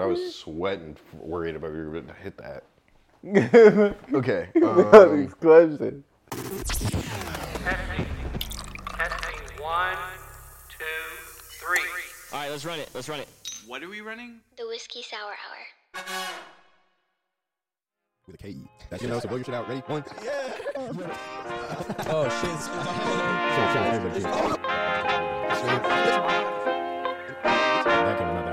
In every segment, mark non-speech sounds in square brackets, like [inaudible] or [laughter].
I was sweating, worried about you were going to hit that. Okay. uh, Next question. Testing. Testing. One, two, three. All right, let's run it. Let's run it. What are we running? The Whiskey Sour Hour. with a K E. That's you know, so blow your shit out. Ready? One. Yeah. Oh shit! So, so, so, so, so. That came another.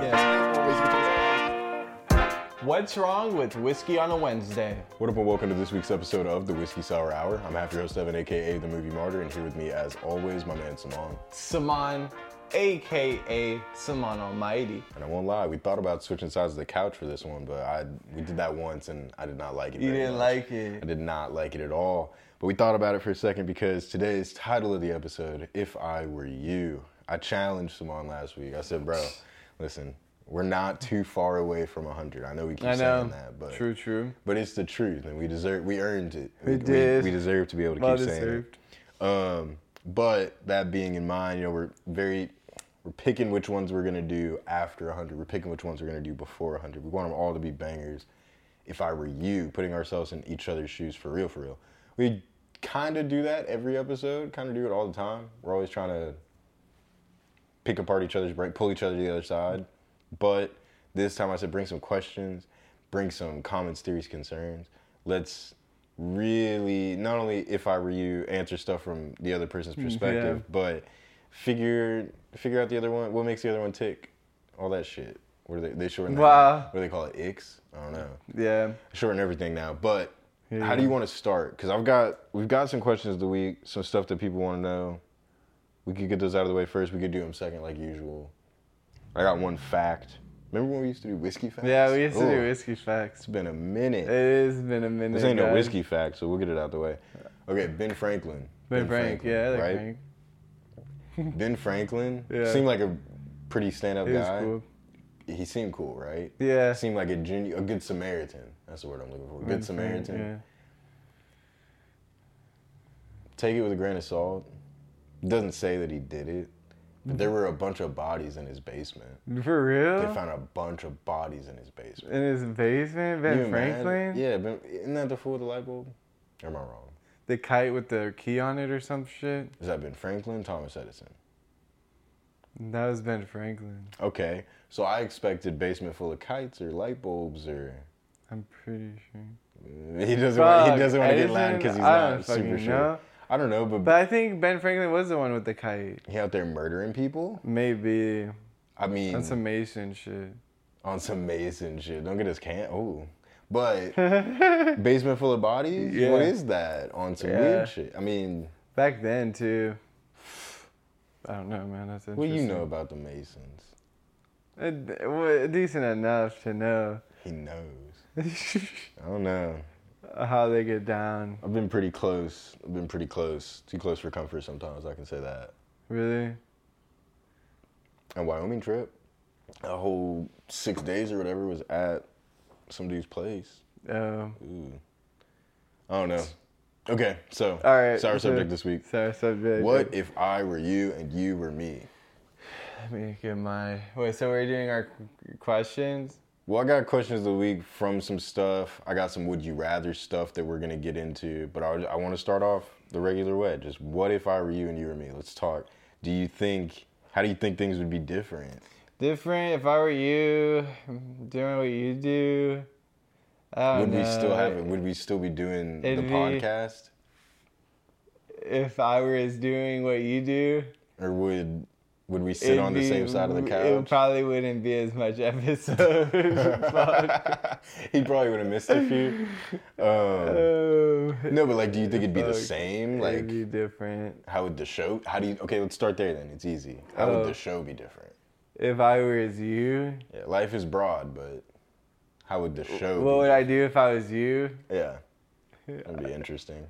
What's wrong with whiskey on a Wednesday? what up and welcome to this week's episode of the Whiskey Sour Hour. I'm half your host, Evan, aka the Movie Martyr, and here with me, as always, my man Simon. Saman, aka Saman Almighty. And I won't lie, we thought about switching sides of the couch for this one, but I we did that once and I did not like it. You very didn't much. like it. I did not like it at all. But we thought about it for a second because today's title of the episode, If I Were You, I challenged Simon last week. I said, bro, listen, we're not too far away from 100. I know we keep I know. saying that, but True, true. But it's the truth, and we deserve, we earned it. We did. We, deserve to be able to Well keep deserved. saying it. Um, but that being in mind, you know, we're very, we're picking which ones we're gonna do after 100. We're picking which ones we're gonna do before 100. We want them all to be bangers. If I were you, putting ourselves in each other's shoes for real, for real. We kind of do that every episode. Kind of do it all the time. We're always trying to pick apart each other's brain, pull each other to the other side. But this time I said bring some questions, bring some comments, theories, concerns. Let's really not only if I were you answer stuff from the other person's perspective, but figure figure out the other one. What makes the other one tick? All that shit. What are they? They shorten. that Wow. What do they call it? Icks? I don't know Yeah. shorten everything now. But how do you want to start? Because I've got we've got some questions of the week, some stuff that people want to know. We could get those out of the way first. We could do them second, like usual. I got one fact. Remember when we used to do whiskey facts? Yeah, we used to Ooh, do whiskey facts. It's been a minute. It has been a minute. this ain't no guys. whiskey fact, so we'll get it out the way. Okay, Ben Franklin. Ben Frank, yeah, I like right? Frank. Ben Franklin Yeah. seemed like a pretty stand-up He was guy. cool. He seemed cool, right? Yeah. Seemed like a genu- a good Samaritan. That's the word I'm looking for. Good Samaritan. Yeah. take it with a grain of salt. Doesn't say that he did it, but Mm-hmm. there were a bunch of bodies in his basement. For real? They found a bunch of bodies in his basement. In his basement, Ben Can you imagine? Franklin? Yeah, ben, isn't that the fool with the light bulb? Or am I wrong? The kite with the key on it or some shit? Is that Ben Franklin, Thomas Edison? That was Ben Franklin. Okay, so I expected basement full of kites or light bulbs or. [laughs] I'm pretty sure. He doesn't. want he Fuck, doesn't want to get Latin Edison? because he's I don't not super fucking sure. know. I don't know, But but I think Ben Franklin was the one with the kite. he out there murdering people. Maybe. I mean, That's some Mason shit. on some Mason shit. Don't get us can. Oh, but [laughs] basement full of bodies. Yeah. What is that? On some Yeah. weird shit. I mean, Back then, too. I don't know, man. That's what interesting. do you know about the Masons? Uh, d- well, decent enough to know He [laughs] knows. I don't know. how they get down. I've been pretty close. I've been pretty close. Too close for comfort sometimes. I can say that. Really? And Wyoming trip, a whole six days or whatever was at some dude's place. Oh. I don't know. Okay, so All right. Sorry, so- subject this week. Sorry, subject. What if I were you and you were me? Let me get my. Wait, so we're doing our qu- questions? Well, I got questions of the week from some stuff. I got some would you rather stuff that we're gonna get into, but I, I want to start off the regular way. Just what if I were you and you were me? Let's talk. Do you think? How do you think things would be different? Different if I were you, doing what you do. I Would don't we still know. have it? Would we still be doing the It'd be- podcast, If I were as doing what you do, or would would we sit on the it'd same be- side of the It couch? probably wouldn't be [laughs] as much [laughs] episode. [laughs] Fuck. he probably would have missed a few. Um, Oh, no, but like, do you think it'd be the Fuck. same? it'd be Like, different. how would the show? How do you? Okay, let's start there then. It's easy. How Oh. would the show be different? If I were as you, Yeah, life is broad, but how would the show? what be? would I do if I was you? [laughs] Yeah, that'd be interesting.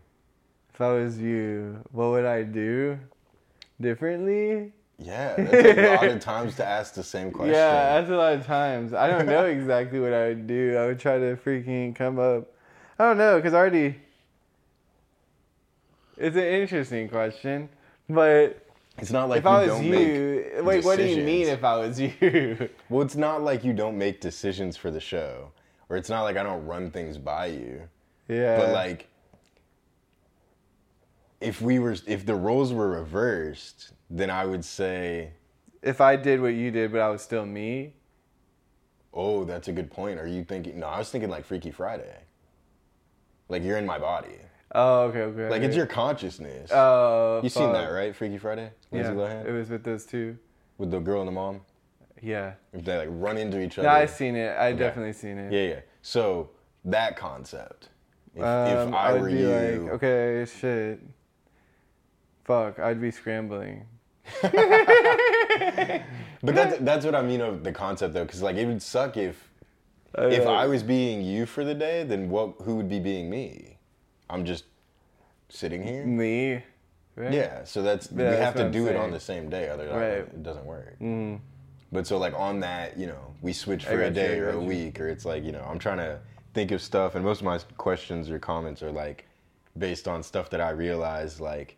If I was you, what would I do differently? [laughs] Yeah, that's a lot of times to ask the same question. Yeah, that's a lot of times. I [laughs] don't know exactly what I would do. I would try to freaking come up. I don't know, because already. It's an interesting question, but It's not like If you I was don't you, make wait, what do you mean decisions. if I was [laughs] you? Well, it's not like you don't make decisions for the show, or it's not like I don't run things by you. yeah. but like, if we were, if the roles were reversed, then I would say, if I did what you did, but I was still me, "Oh, that's a good point." Are you thinking? No, I was thinking like Freaky Friday. Like you're in my body. Oh, okay, okay. Like okay. it's your consciousness. Oh, you seen that fuck. right? Freaky Friday. Lindsay Yeah, Lohan it was with those two. with the girl and the mom. Yeah, If they like run into each other. no, I seen it. I definitely seen it. Yeah, yeah. So that concept. If, Um, if I, would were be you, like, okay, shit, fuck, I'd be scrambling. but that's that's what I mean of the concept though, because like it would suck if Oh, if I was being you for the day, then what? Who would be being me? I'm just sitting here. me, right? Yeah. So that's we Yeah, that's have what to I'm do it on saying. the same day, otherwise Right. it doesn't work. But so like on that, you know, we switch for got a you, day I or a got you. week, or it's like you know, I'm trying to think of stuff, and most of my questions or comments are like based on stuff that I realize like.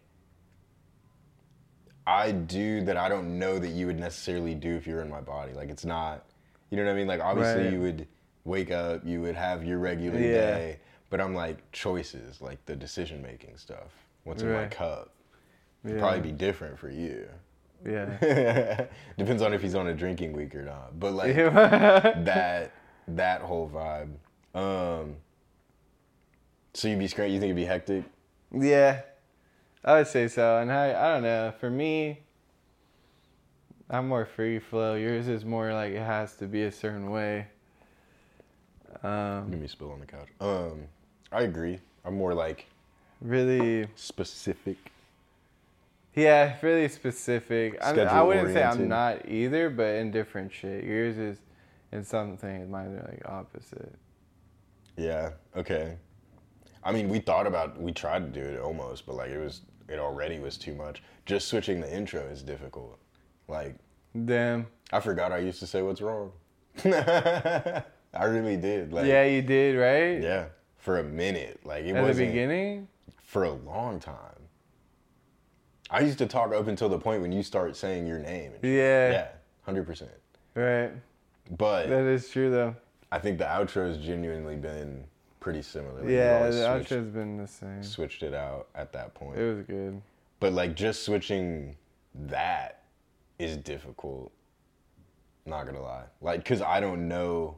I do that I don't know that you would necessarily do if you were in my body. Like it's not, you know what I mean? Like obviously Right. you would wake up, you would have your regular Yeah. day, but I'm like choices, like the decision making stuff. What's in my Right. cup would Yeah. probably be different for you. [laughs] yeah. Depends on if he's on a drinking week or not. But like [laughs] that that whole vibe. Um so you'd be scra You think it'd be hectic? Yeah, I would say so. And I, I don't know. For me, I'm more free flow. Yours is more like it has to be a certain way. Um, Give me a spill on the couch. Um, I agree. I'm more like really, specific. yeah, really specific. I'm, I Schedule wouldn't say I'm oriented. not either, but in different shit. Yours is in some things, mine are like opposite. Yeah. Okay. I mean, we thought about, we tried to do it almost, but like it was, it already was too much. Just switching the intro is difficult. Like, Damn. I forgot I used to say what's wrong. [laughs] I really did. Like, Yeah, you did right yeah. For a minute, like it at the wasn't beginning. for a long time. I used to talk up until the point when you start saying your name. and shit. Yeah, Yeah, hundred percent. right. But That is true though. I think the outro has genuinely been pretty similar. Like, we Yeah, always the switched- outro's been the same. switched it out at that point. It was good. [laughs] but like just switching that is difficult. Not gonna lie, like because I don't know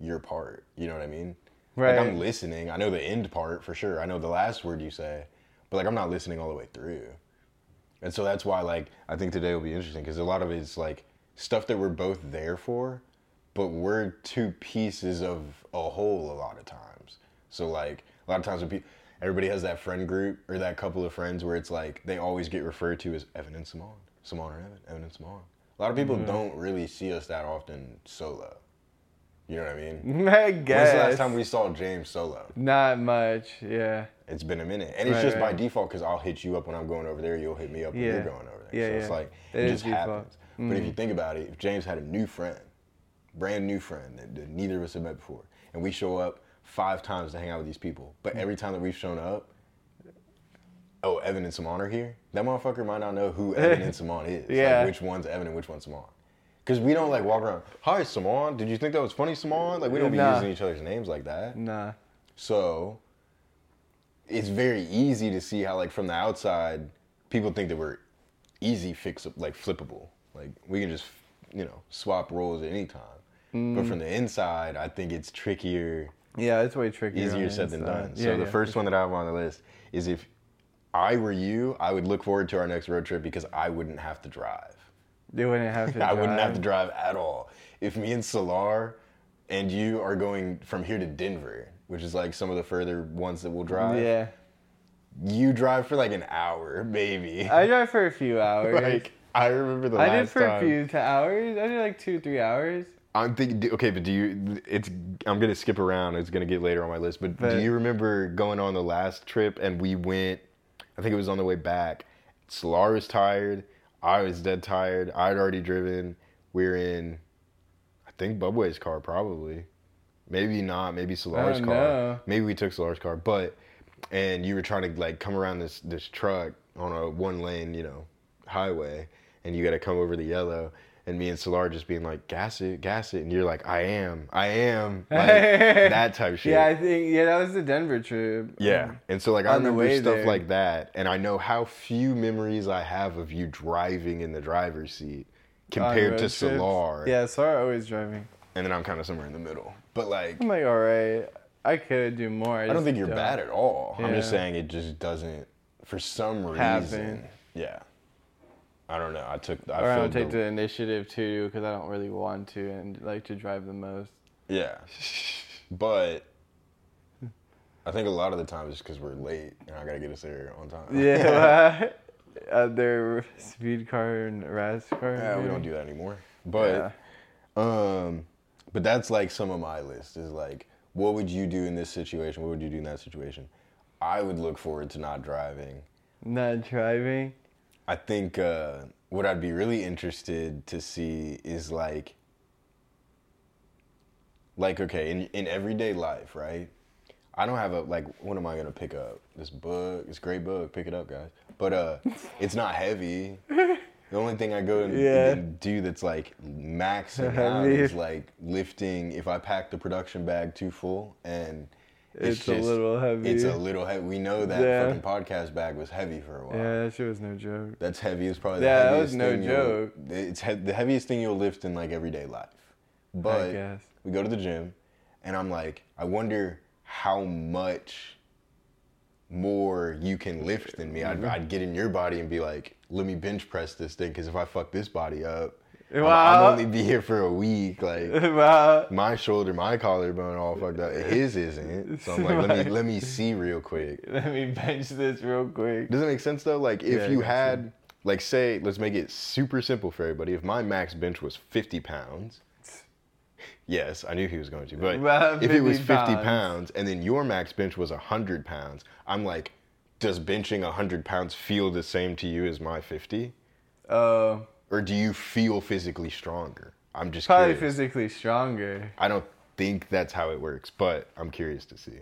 your part. You know what I mean? Like Right. I'm listening. I know the end part for sure. I know the last word you say, but like I'm not listening all the way through. And so that's why like I think today will be interesting because a lot of it's like stuff that we're both there for, but we're two pieces of a whole a lot of times. So like a lot of times when people everybody has that friend group or that couple of friends where it's like they always get referred to as Evan and Simone, Simone or Evan, Evan and Simone. A lot of people don't really see us that often solo. You know what I mean? I When's guess. the last time we saw James solo? Not much, yeah. It's been a minute, and it's Right, just by right. default because I'll hit you up when I'm going over there. You'll hit me up when Yeah. you're going over there. Yeah, so it's yeah. like It it, is just default. Mm. happens. But if you think about it, if James had a new friend, brand new friend that, that neither of us had met before, and we show up five times to hang out with these people, but Mm. every time that we've shown up, oh, Evan and Simon are here. That motherfucker might not know [laughs] who Evan and Simon is. Yeah. Like, which one's Evan and which one's Simon. Because we don't like walk around. Hi, Simon. Did you think that was funny, Simon? Like we don't be Nah. using each other's names like that. Nah. So it's very easy to see how, like, from the outside, people think that we're easy fix like flippable. Like we can just, you know, swap roles at any time. But Mm. from the inside, I think it's trickier, Yeah, it's way trickier. on easier the said than inside. done. Yeah, so the yeah. first one that I have on the list is if I were you, I would look forward to our next road trip because I wouldn't have to drive. You wouldn't have [laughs] to. I wouldn't have to drive. drive at all. If me and Solar and you are going from here to Denver, which is like some of the further ones that we'll drive, Yeah. you drive for like an hour, maybe. I drive for a few hours. [laughs] like I remember the I last did for time. a few t- hours. I did like two, three hours. I'm thinking, do- okay, but do you? It's I'm gonna skip around. It's gonna get later on my list. But, But- do you remember going on the last trip and we went? I think it was on the way back. Solar was tired. I was dead tired. I'd already driven. We were in, I think Bubway's car probably, maybe not. Maybe Solar's don't car. know. Maybe we took Solar's car. But and you were trying to like come around this this truck on a one lane, you know, highway and you got to come over the yellow. And me and Solar just being like, gas it, gas it. And you're like, I am, I am. [laughs] Like, that type shit. Yeah, I think yeah, that was the Denver trip. Yeah. And so like I On the remember way stuff there. like that and I know how few memories I have of you driving in the driver's seat on compared road to trips. Solar. Yeah, Solar always driving. And then I'm kind of somewhere in the middle. But like I'm like, all right, I could do more. I don't think you're bad at all. I'm just Yeah. saying it just doesn't for some reason. Happen. Yeah. I don't know. I took I Or I don't feel take the initiative to because I don't really want to and like to drive the [laughs] most. [laughs] Yeah. But I think a lot of the time it's because we're late and I gotta get us there on time. Yeah. Other speed car and RAS car. Yeah, we don't do that anymore. But um but that's like some of my list is like what would you do in this situation? What would you do in that situation? I would look forward to not driving. Not driving. I think uh what I'd be really interested to see is like like okay, in in everyday life, right? I don't have a like what am I gonna pick up? This book, this great book, pick it up guys. But [laughs] uh it's not heavy. The only thing I go and Yeah. and do that's like maxing out [laughs] Heavy. is like lifting. If I pack the production bag too full, and it's, It's a little heavy. It's a little heavy. We know that Yeah. fucking podcast bag was heavy for a while. Yeah, that shit was no joke. That's heavy. It's probably Yeah, the that heaviest was no thing you'll- joke. It's he- the heaviest thing you'll lift in like everyday life. But guess. [laughs] we go to the gym, and I'm like, I wonder how much more you can lift than me. I'd, Mm-hmm. I'd get in your body and be like, let me bench press this thing because if I fuck this body up, I'm- Wow. I'm only be here for a week. Like wow. my shoulder, my collarbone, all fucked up. His isn't. So I'm like, [laughs] let me let me see real quick. Let me bench this real quick. Does it make sense though? Like if Yeah, I you gotcha. had like say, let's make it super simple for everybody. If my max bench was fifty pounds, yes, I knew he was going to, but Well, if it was 50 fifty pounds. pounds. and then your max bench was hundred pounds, I'm like, does benching hundred pounds feel the same to you as my fifty? Uh, Or do you feel physically stronger? I'm just probably curious. physically stronger. I don't think that's how it works, but I'm curious to see.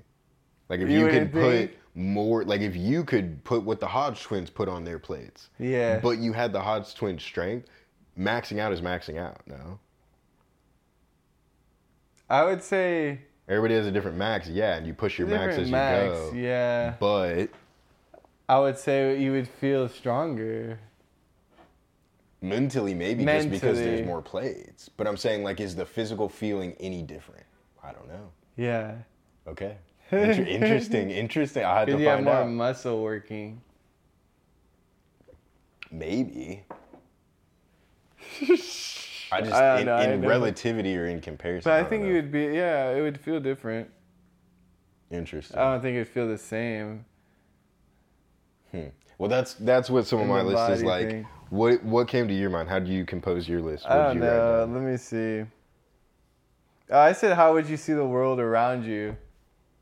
Like if You you, wouldn't could put think? more, like if you could put what the Hodge twins put on their plates, Yeah. But you had the Hodge twins strength. Maxing out is maxing out. No, I would say everybody has a different max. Yeah, and you push your max as different you max. go. Yeah. But I would say you would feel stronger. mentally, maybe just because Mentally. there's more plates. But I'm saying, like, is the physical feeling any different? I don't know. Yeah. [laughs] Okay. Inter- interesting. Interesting. I had to Because find you have more out. muscle working. [laughs] Maybe. I just I don't in, know, I in don't know. relativity or in comparison. But I don't think know. you would be, yeah, it would feel different. interesting. I don't think it'd feel the same. well, that's that's what some of in my the list is body like. thing. What what came to your mind? How do you compose your list? I What did you don't write know. down? Let me see. Uh, I said, how would you see the world around you?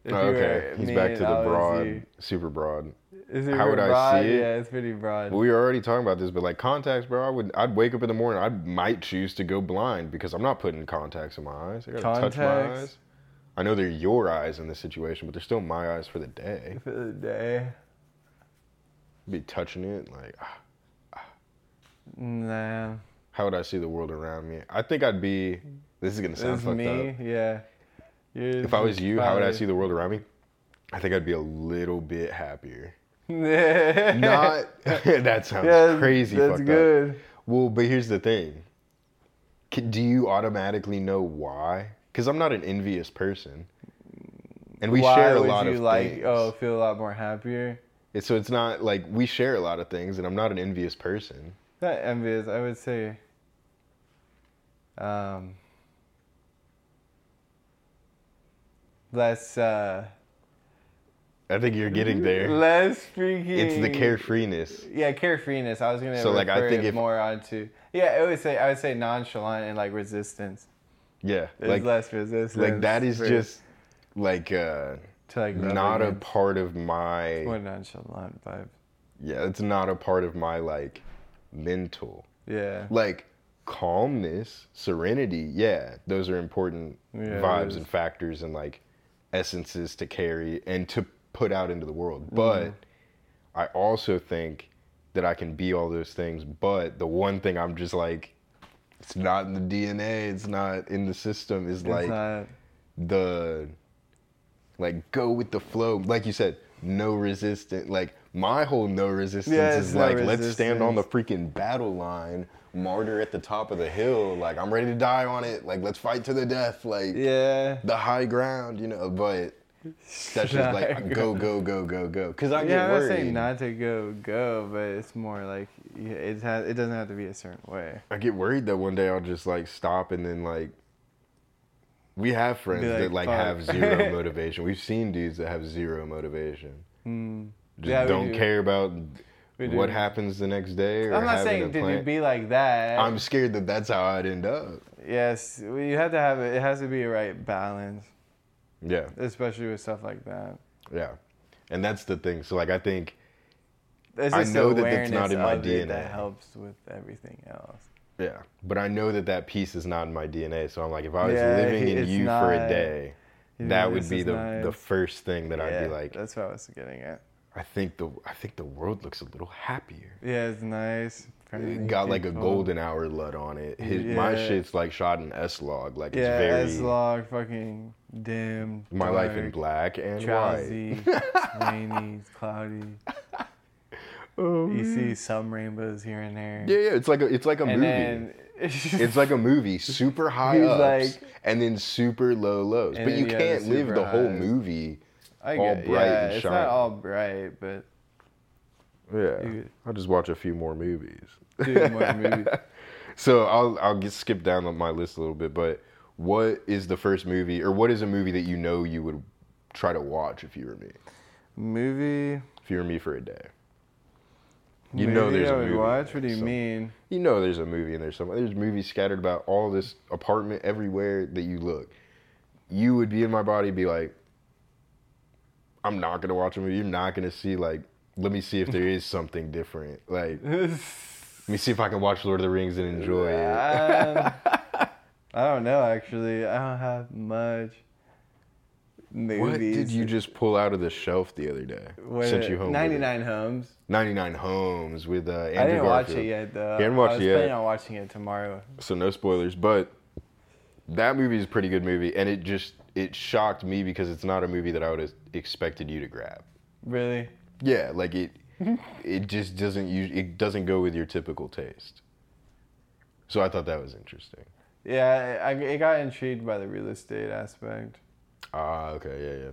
If Oh, you were okay, he's me back and to the I was broad, you? super broad. Is it How would I broad? see it? Yeah, it's pretty broad. We were already talking about this, but like contacts, bro. I would I'd wake up in the morning. I might choose to go blind because I'm not putting contacts in my eyes. I gotta touch my Contacts? eyes. I know they're your eyes in this situation, but they're still my eyes for the day. for the day. Be touching it like. ah. Nah. how would I see the world around me? I think I'd be. This is gonna sound It's fucked me. up. Yeah. Yours If I was is you, how would I probably- [laughs] see the world around me? I think I'd be a little bit [laughs] happier. yeah, Not. [laughs] that sounds that's- crazy. That's fucked Up. good. Well, but here's the thing. Can, do you automatically know why? Because I'm not an envious person, and we Why share a would lot you of like, things. Oh, feel a lot more happier. It's- So it's not like we share a lot of things, and I'm not an envious person. Not envious. I would say. Um. Less. Uh, I think you're getting there. less freaking. It's the carefreeness. Yeah, carefreeness. I was gonna So, like, I refer think it if- more onto. Yeah, I would say I would say nonchalant and like resistance. Yeah, There's less resistance. like that is for- just like uh to like rub not a against- part of my more nonchalant vibe. yeah it's not a part of my like mental Yeah. like calmness serenity yeah those are important Yeah, it vibes is. and factors and like essences Mm-hmm. to carry and to put out into the world but i also think that I can be all those things. But the one thing I'm just like, it's not in the DNA. It's not in the system. Is like it's not, the like go with the flow. Like you said, no resistance. Like my whole no resistance Yeah, is it's no like let's stand on the resistance. freaking battle line, martyr at the top of the hill. Like I'm ready to die on it. Like let's fight to the death. Like yeah. the high ground, you know. But that's just [laughs] High like go go go go go. Because I yeah, get I'm not worried. saying not to go go, but it's more like yeah, it has. It doesn't have to be a certain way. I get worried that one day I'll just like stop and then like we have friends Be like, that like "Fuck." have [laughs] zero motivation. We've seen dudes that have zero motivation. Just Hmm. Yeah, we don't do. care about We what do. happens the next day. Or I'm not having a saying did you plan. be like that. I'm scared that that's how I'd end up. yes, well, you have to have it. It has to be a right balance, Yeah, especially with stuff like that. yeah, and that's the thing. So like I think It's I just know that awareness that's not in my of it DNA. that helps with everything else. yeah, but I know that that piece is not in my DNA. So I'm like, if I was Yeah, living in it's you for a not- day, you that know, would this be is the not- the first thing that I'd yeah, be like, that's what I was getting at. I think the I think the world looks a little happier. Yeah, it's nice. friendly It got like a people. golden hour LUT on it. His, My Yeah. shit's like shot in S log. Like Yeah, it's S very log, fucking dim. my life in dark, black and white. Drowsy, [laughs] rainy, cloudy. you see some rainbows here and there. Oh, Yeah, yeah. It's like a it's like a and movie. then [laughs] it's like a movie, super high He's ups like- and then super low lows. And But then you you have the can't live super the whole highs. movie. I all get- bright yeah, and it's shiny. not all bright, but Yeah, You- I'll just watch a few more movies. dude, [laughs] more movies. So I'll I'll get skip down on my list a little bit. But what is the first movie, or what is a movie that you know you would try to watch if you were me? Movie. If you were me for a day. You know movie there's I a would movie watch. there, What do you so- mean? You know there's a movie and there's some there's movies scattered about all this apartment everywhere that you look. You would be in my body be like I'm not going to watch a movie. You're not going to see like let me see if there is something different. Like let me see if I can watch Lord of the Rings and enjoy it. Um, I don't know. Actually, I don't have much. Movies. What did you just pull out of the shelf the other day? What- Sent you home. with it. 99 Homes. 99 Homes with uh, Andrew I didn't watch Garfield. it yet, though. You haven't watched I was it yet? planning on watching it tomorrow. so no spoilers but that movie is a pretty good movie and it just it shocked me because it's not a movie that i would have expected you to grab Really? yeah like it it just doesn't use it doesn't go with your typical taste so i thought that was interesting Yeah, I, I it got intrigued by the real estate aspect. ah okay yeah yeah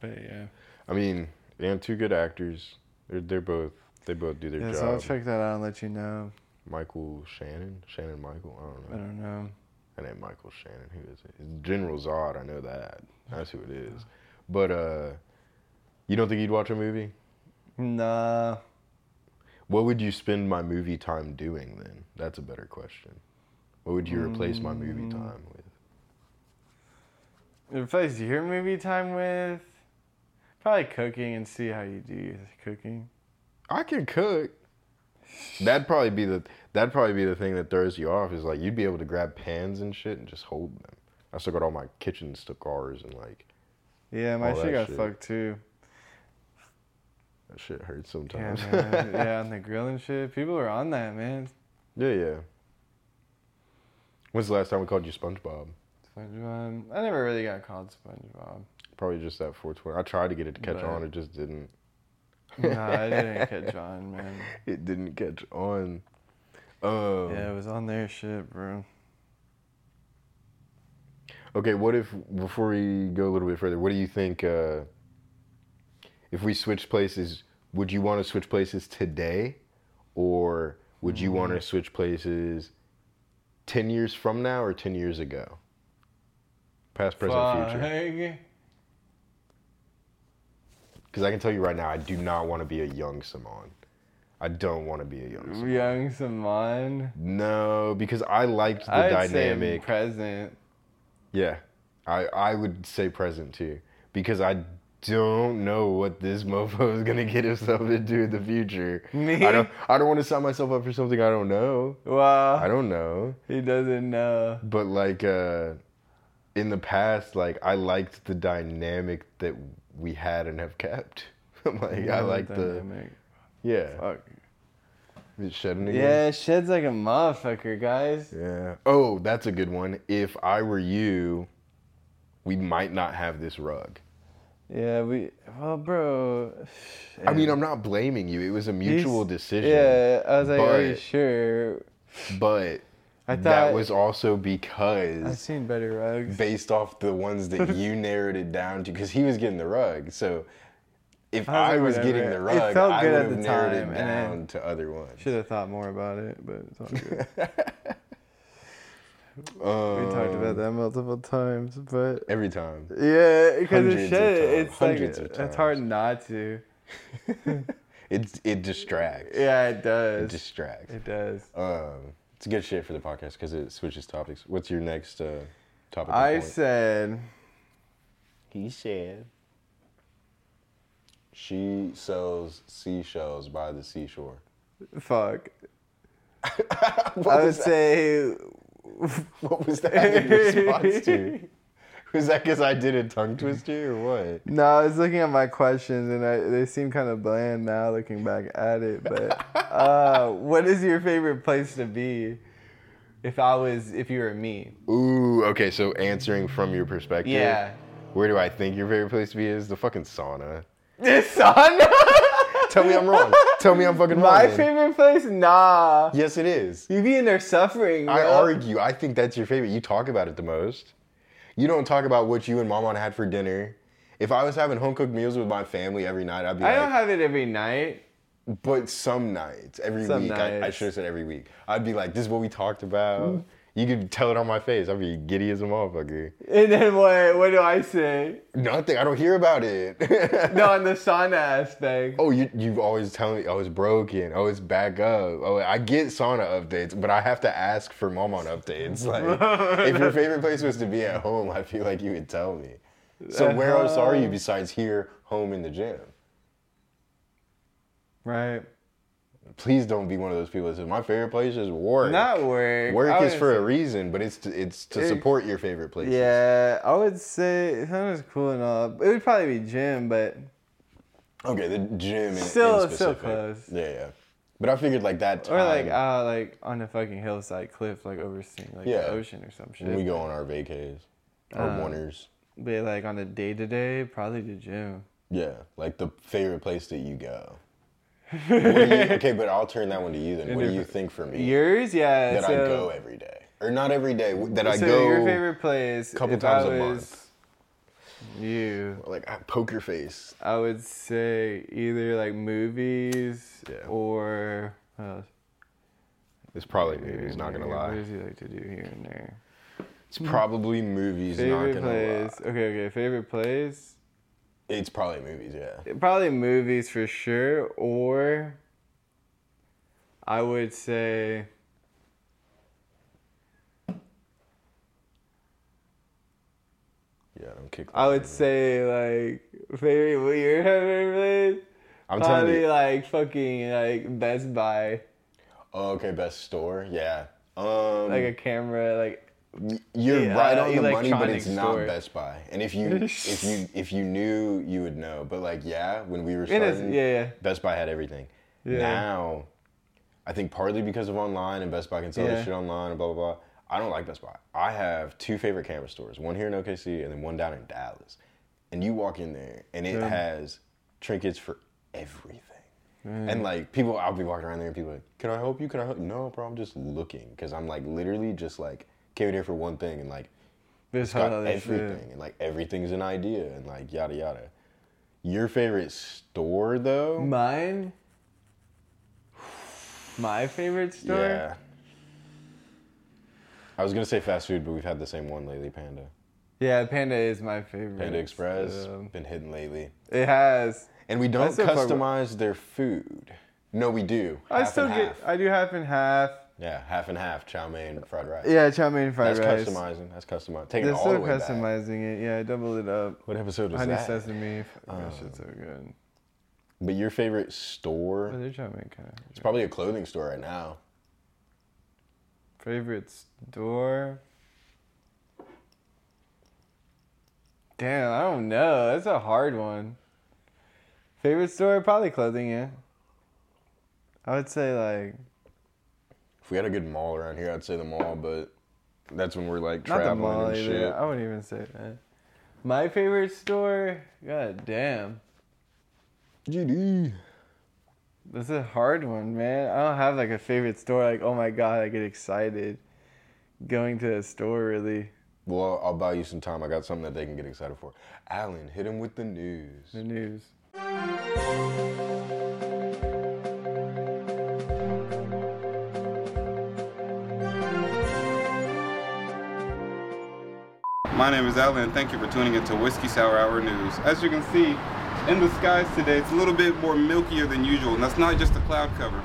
But yeah. i mean and two good actors they're, they're both they both do their Yeah, so I'll job check that out and let you know. michael shannon shannon michael i don't I know don't know. And then Michael Shannon, who is it? It's General Zod, I know that. That's who it is. But uh you don't think you'd watch a movie? Nah. What would you spend my movie time doing then? That's a better question. What would you replace my movie time with? Replace your movie time with probably cooking and see how you do your cooking. I can cook. That'd probably be the that'd probably be the thing that throws you off is like you'd be able to grab pans and shit and just hold them. I still got all my kitchen scars and like Yeah, my All that shit got shit. fucked too. that shit hurts Yeah, sometimes. [laughs] man. yeah, on the grill and shit. People are on that, man. yeah, yeah. When's the last time we called you SpongeBob? SpongeBob. I never really got called SpongeBob. Probably just that 420. I tried to get it to catch Right. on, it just didn't. Nah, I [laughs] didn't catch on, man. It didn't catch on. Um, Yeah, it was on their shit, bro. Okay, what if before we go a little bit further, what do you think? Uh, if we switch places, would you want to switch places today, or would you want Mm-hmm. to switch places ten years from now or ten years ago? Past, present, future. Fuck. Because I can tell you right now, I do not want to be a young Simon. I don't want to be a young. Simon. Young Simon. No, because I liked the I'd say dynamic. present. Yeah, I I would say present too because I don't know what this [laughs] mofo is gonna get himself into in the future. Me? I don't I don't want to sign myself up for something I don't know. I Wow. don't know, He doesn't know. but like uh, in the past, like I liked the dynamic that we had and have kept. [laughs] like I like the Dynamic. Yeah. Fuck. Is it shedding again? Yeah, shed's like a motherfucker, guys. Yeah. Oh, that's a good one. If I were you, we might not have this rug. Yeah, we. Well, bro. I mean, I'm not blaming you. It was a These- mutual decision. Yeah, I was like, are you but- sure? But I thought that was also I've because seen better rugs. based off the ones that [laughs] you narrowed it down to, because he was getting the rug. So if I was I like, was whatever. getting the It rug, felt I good would at have the narrowed time, it and down then- to other ones. Should have thought more about it, but it's all [laughs] good. we talked Um, about that multiple times, but Every time. yeah, because Hundreds it of should. times, It's like hundreds of it's hard not to. It, it distracts. Yeah, it It does. distracts. It does. Um, it's good shit for the podcast because it switches topics. What's your next uh, topic? I said He said. She sells seashells by the seashore. fuck. [laughs] I would say What was that in response [laughs] to? Was that because I did a tongue twister or what? no. I was looking at my questions, and I, they seem kind of bland now, looking back at it. But [laughs] uh, what is your favorite place to be? If I was, if you were me, Ooh, okay, so answering from your perspective. Yeah. Where do I think your favorite place to be is? The fucking sauna. this sauna. Tell me I'm [laughs] wrong. Tell me I'm fucking wrong. My then. favorite place? Nah. Yes, it is. You be in there suffering. I bro. argue. I think that's your favorite. You talk about it the most. You don't talk about what you and Mama had for dinner. If I was having home cooked meals with my family every night, I'd be I like, don't have it every night. but some nights, every Some week, I, I nights. should have said every week. I'd be like, this is what we talked about. Mm-hmm. you could tell it on my face. I'd be giddy as a motherfucker. And then what? What do I say? Nothing. I don't hear about it. [laughs] No, on the sauna aspect. Oh, you you always tell me, oh, it's broken. Oh, it's back up. Oh, I get sauna updates, but I have to ask for mom on updates. Like, if your favorite place was to be at home, I feel like you would tell me. So, where else are [laughs] you besides here, home, in the gym? Right. Please don't be one of those people that says my favorite place is work. Not work. Work I is would for say- a reason, but it's to, it's to It- support your favorite places. Yeah, I would say sauna's cool and all. It would probably be gym, but Okay, the gym. In, Still- in still specific. close. Yeah, yeah. But I figured like that time or like uh, like on a fucking hillside cliff, like overseeing like Yeah. the ocean or some shit. when we go on our vacays, our Uh. wonders. But like on a day to day, probably the gym. Yeah, like the favorite place that you go. What do [laughs] you- okay, but I'll turn that one to you then. What do you think for me? Yours, yeah. that so, I go every day, or not every day? w- That I so go your favorite place? couple if times I a was month. You, Like I poker face. I would say either like movies Yeah. or. what else? It's probably movies. Here Not and gonna there. What lie. does he like to do here and there? It's probably movies. Not Favorite gonna place. lie. Okay, okay. Favorite place. It's probably movies. Yeah. Probably movies for sure, or I would say. Yeah. Don't kick. I would say like favorite what your favorite place. I'm telling Probably you. like fucking like Best Buy, Oh, okay. Best store. Yeah. Um. like a camera, like Y- You're Yeah, right on the money, but electronic it's not store. Best Buy. And if you [laughs] if you if you knew, you would know. But like, yeah, when we were It is- starting, yeah, yeah. Best Buy had everything. Yeah. Now, I think partly because of online and Best Buy can sell Yeah. this shit online and blah blah blah. I don't like Best Buy. I have two favorite camera stores, one here in OKC and then one down in Dallas. And you walk in there, and it has trinkets for everything. And like people, I'll be walking around there, and people are like, "Can I help you? Can I help?" No, bro, I'm just looking because I'm like literally just like came here for one thing, and like this it's got holiday shit. everything, and like everything's an idea, and like yada yada. Your favorite store though? Mine. My favorite store. Yeah. I was gonna say fast food, but we've had the same one lately, Panda. Yeah, Panda is my favorite. Panda Express Um, been hitting lately, it has. and we don't still fuck with- customize their food. No, we do. I Half still and get. half. I do half and half. yeah, half and half chow mein, fried rice. Yeah, chow mein and fried that's rice. customizing. That's customizing. Take it They're all still the way back. customizing it. Yeah, I doubled it up. What episode was Honey that? Oh. sesame. Fuck, that shit's so good. Oh, But your favorite store? But their chow mein kind of. It's probably a clothing store right now. Favorite store? Damn, I don't know. That's a hard one. Favorite store? Probably clothing, yeah. I would say like If we had a good mall around here, I'd say the mall, but that's when we're like not the traveling mall and either. shit. I wouldn't even say that. My favorite store, god damn, GD. this is a hard one, man. I don't have like a favorite store. Like oh my god, I get excited going to a store. Really, Well, I'll buy you some time. I got something that they can get excited for. Alan, hit him with the news. the news. My name is Alan, and thank you for tuning into Whiskey Sour Hour News. As you can see, in the skies today, it's a little bit more milkier than usual, and that's not just the cloud cover.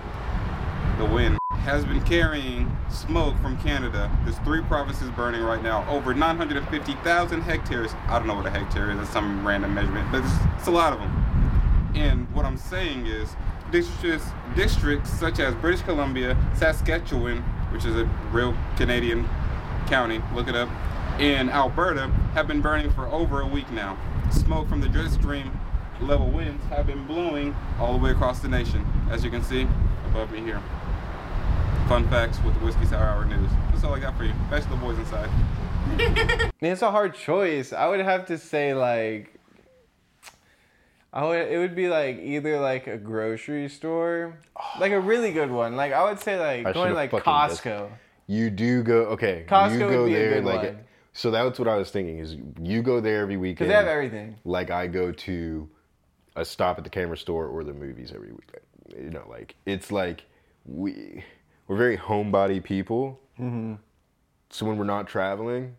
The wind has been carrying smoke from Canada. There's three provinces burning right now, over 950,000 hectares. I don't know what a hectare is, that's some random measurement, but it's, it's a lot of them. And what I'm saying is, districts, districts such as British Columbia, Saskatchewan, which is a real Canadian county, look it up, and Alberta have been burning for over a week now. Smoke from the jet stream level winds have been blowing all the way across the nation, as you can see above me here. Fun facts with the Whiskey Sour Hour News. That's all I got for you. Back to the boys inside. I mean, it's a hard choice. I would have to say like I would it would be like either like a grocery store, like a really good one. Like I would say like I going should've like fucking guessed. Costco. You do go okay. Costco you would go be a there good like one. so that's what I was thinking is you go there every weekend. Cuz they have everything. Like I go to a stop at the camera store or the movies every week. Like, you know, like it's like we we're very homebody people. Mm-hmm. So when we're not traveling,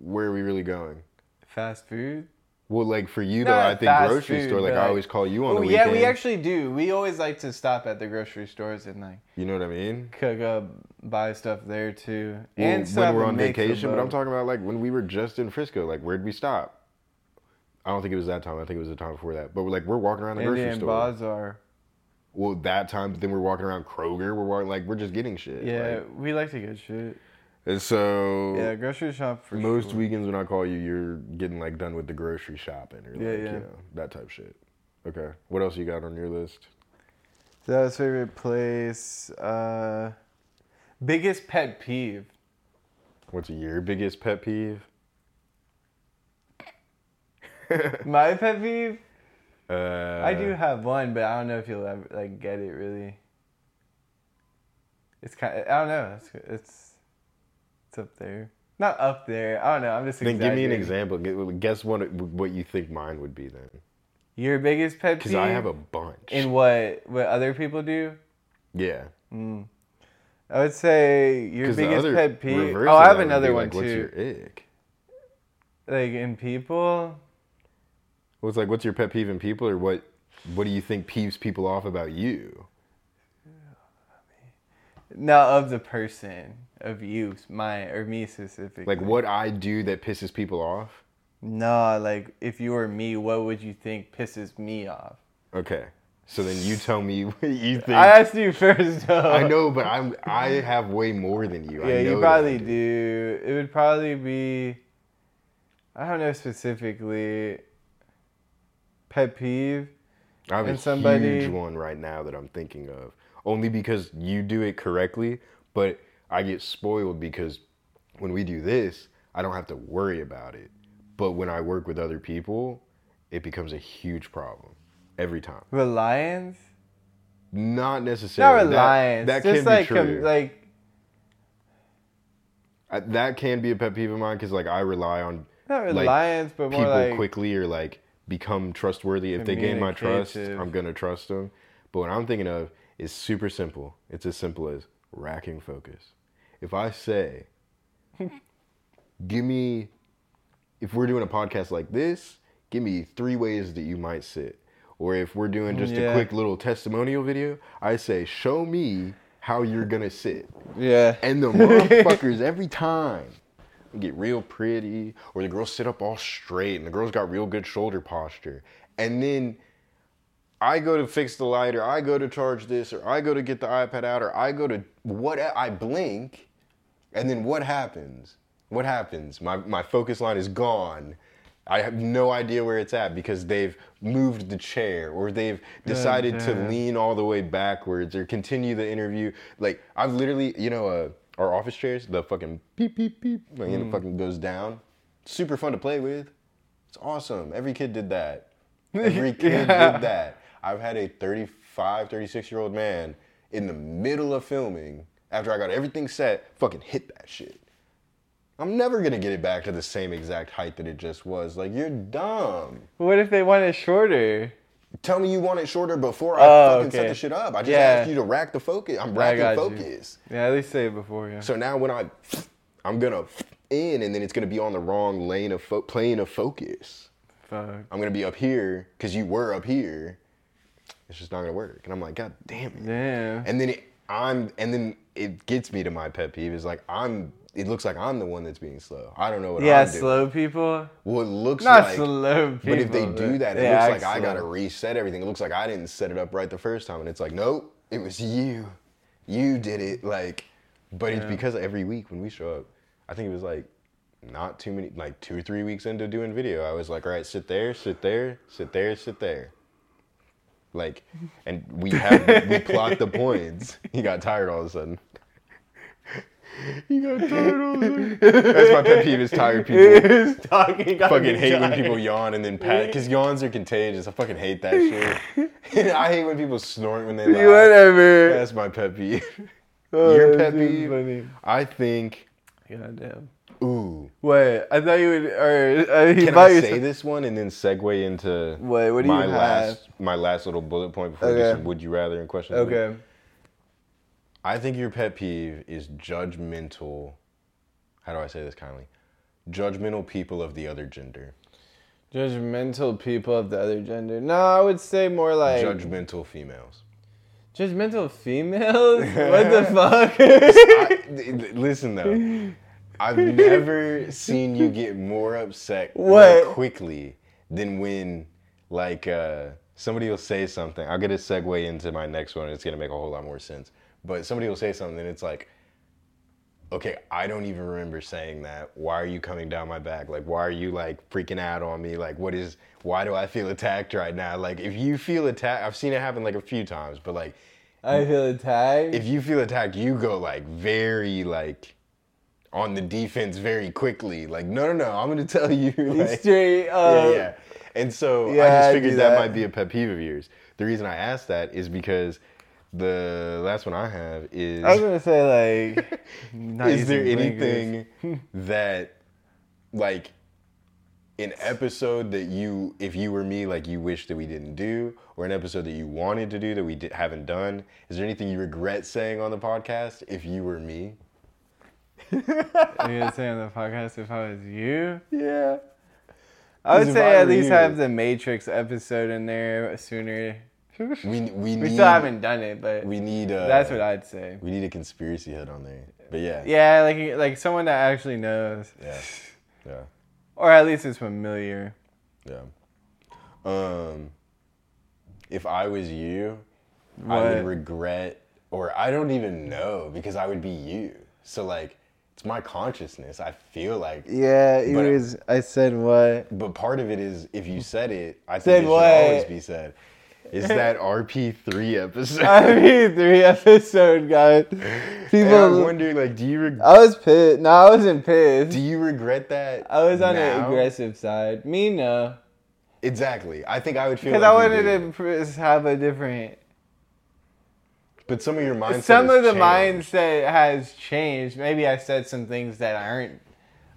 where are we really going? Fast food. Well, like for you though, I Not think fast grocery food, store. Like but, I always call you on Oh, the Yeah, weekend. we actually do. We always like to stop at the grocery stores and like You know what I mean? cook up, buy stuff there too. Well, and when stuff we're and on make the vacation, but I'm boat. talking about like when we were just in Frisco. Like where'd we stop? I don't think it was that time. I think it was the time before that. But we're like we're walking around the grocery Indian store. Bazaar. Well, that time, then we're walking around Kroger. We're walking like we're just getting shit. Yeah, like- we like to get shit. and so Yeah, grocery shop for most sure. weekends when I call you, you're getting like done with the grocery shopping or like Yeah, yeah. you know that type shit. Okay, what else you got on your list? That was favorite place. Uh, biggest [laughs] pet peeve. What's your biggest pet peeve? My pet peeve. Uh, I do have one, but I don't know if you'll ever like get it really. It's kind. I don't know. It's it's, it's up there. Not up there. I don't know. I'm just. Then give me an example. exaggerating. Gu- Guess what? What you think mine would be then? Your biggest pet peeve. Because I have a bunch. In what what other people do. yeah. I would say your 'Cause the biggest other pet peeve. reverse Oh, of I that have would another be, one like, What's too. your ick? Like in people. Well, it's like, what's your pet peeve in people, or what? What do you think peeves people off about you? No, of the person, of you, my or me specifically. Like what I do that pisses people off? Nah, like if you were me, what would you think pisses me off? Okay, so then you tell me [laughs] what you think. I I, asked you [laughs] first though. know, but I'm I have way more than you. I Yeah, know you that. probably do. It would probably be I don't know specifically pet peeve. I have a and somebody- huge one right now that I'm thinking of, only because you do it correctly, but I get spoiled because when we do this, I don't have to worry about it. But when I work with other people, it becomes a huge problem every time. Reliance? Not Not necessarily. reliance. That, that just can like be com- true. like I- that can be a pet peeve of mine because like I rely on not like, reliance, but more people like quickly or like become trustworthy. If they gain my trust, Communicative. I'm gonna trust them. But what I'm thinking of is super simple. It's as simple as racking focus. If I say, give me, if we're doing a podcast like this, give me three ways that you might sit. Or if we're doing just Yeah. a quick little testimonial video, I say, show me how you're gonna sit. yeah. [laughs] And the motherfuckers every time get real pretty, or the girls sit up all straight, and the girls got real good shoulder posture. And then I go to fix the light, or I go to charge this, or I go to get the iPad out, or I go to what I blink, and then what happens? What happens? My my focus line is gone. I have no idea where it's at because they've moved the chair or they've decided to damn. lean all the way backwards or continue the interview. Like I've literally, you know, uh, our office chairs, the fucking beep beep beep, like, and it fucking goes down. Super fun to play with. It's awesome. Every kid did [laughs] that. Every kid did that. I've had a 35, 36 year old man in the middle of filming after I got everything set, fucking hit that shit. I'm never gonna get it back to the same exact height that it just was. Like you're dumb. What if they want it shorter? Tell me you want it shorter before I Oh, fucking set okay. the shit up. I just Yeah. asked you to rack the focus. I'm I racking got you. focus. Yeah, at least say it before, yeah. So now when I, I'm gonna in, and then it's gonna be on the wrong lane of fo- plane of focus. Fuck. I'm gonna be up here because you were up here. It's just not gonna work. And I'm like, God damn it. Damn. And then it, I'm, and then it gets me to my pet peeve. Is like I'm. It looks like I'm the one that's being slow. I don't know what yeah, I'm doing. slow people. Well, it looks Not like. slow people. But if they do that, it they act looks like I slow. gotta reset everything. It looks like I didn't set it up right the first time, and it's like, nope, it was you. You did it. Like, but it's because every week when we show up, I think it was like not too many, like two or three weeks into doing video, I was like, all right, sit there, sit there, sit there, sit there. Like, and we have we plot the points. He got tired all of a sudden. He got tired all of a sudden. That's my pet peeve is tired people fucking hate when people yawn and then pat because yawns are contagious. I fucking hate that shit. [laughs] I hate when people snort when they laugh. Whatever. That's my pet peeve. Oh, Your that's pet just peeve? funny. I think. Goddamn. Ooh, Wait, I thought you would. Or uh, he can thought I you say said- this one and then segue into Wait, what do you my have? last my last little bullet point before we do Okay. some would you rather and questions? of the week? Okay. I think your pet peeve is judgmental. How do I say this kindly? Judgmental people of the other gender. Judgmental people of the other gender. No, I would say more like Judgmental females. judgmental [laughs] females. what the fuck? I- th- th- listen though, I've never seen you get more upset more What? quickly than when like uh, somebody will say something. I'll get a segue into my next one. It's gonna make a whole lot more sense. But somebody will say something, and it's like, okay, I don't even remember saying that. Why are you coming down my back? Like, why are you like freaking out on me? Like, what is? Why do I feel attacked right now? Like, if you feel attacked, I've seen it happen like a few times, but like I feel attacked. if you feel attacked, you go like very like on the defense very quickly. Like, no, no, no, I'm gonna tell you. [laughs] Like, straight. yeah, Uh, yeah. And so I yeah, just I figured do that. that. might be a pet peeve of yours. The reason I asked that is because the last one I have is I was gonna say [laughs] like. not is there using blinkers. [laughs] anything that like an episode that you if you were me like you wish that we didn't do or an episode that you wanted to do that we di- haven't done is there anything you regret saying on the podcast if you were me Are you gonna say on the podcast if I was you? yeah Because I would if say I at were least you- have the Matrix episode in there sooner. we, we need We still haven't done it, but we need uh, that's what I'd say. we need a conspiracy head on there but yeah Yeah, like like someone that actually knows, yeah yeah or at least is familiar. yeah um if i was you I would What? regret, or I don't even know because I would be you. So like, it's my consciousness. I feel like, Yeah, But- was- I said what? but part of it is if you said it, I think Said it should what? always be said. Is [laughs] that RP three episode? [laughs] I mean, three [laughs] episode guys. And I'm People, wondering, like, do you reg- I was pissed. No, I wasn't pissed. do you regret that? I was on the now? aggressive side. Me no, Exactly. I think I would feel because like I you wanted do. to pr- have a different. But some of your mindset. Some has of the changed. mindset has changed. Maybe I said some things that aren't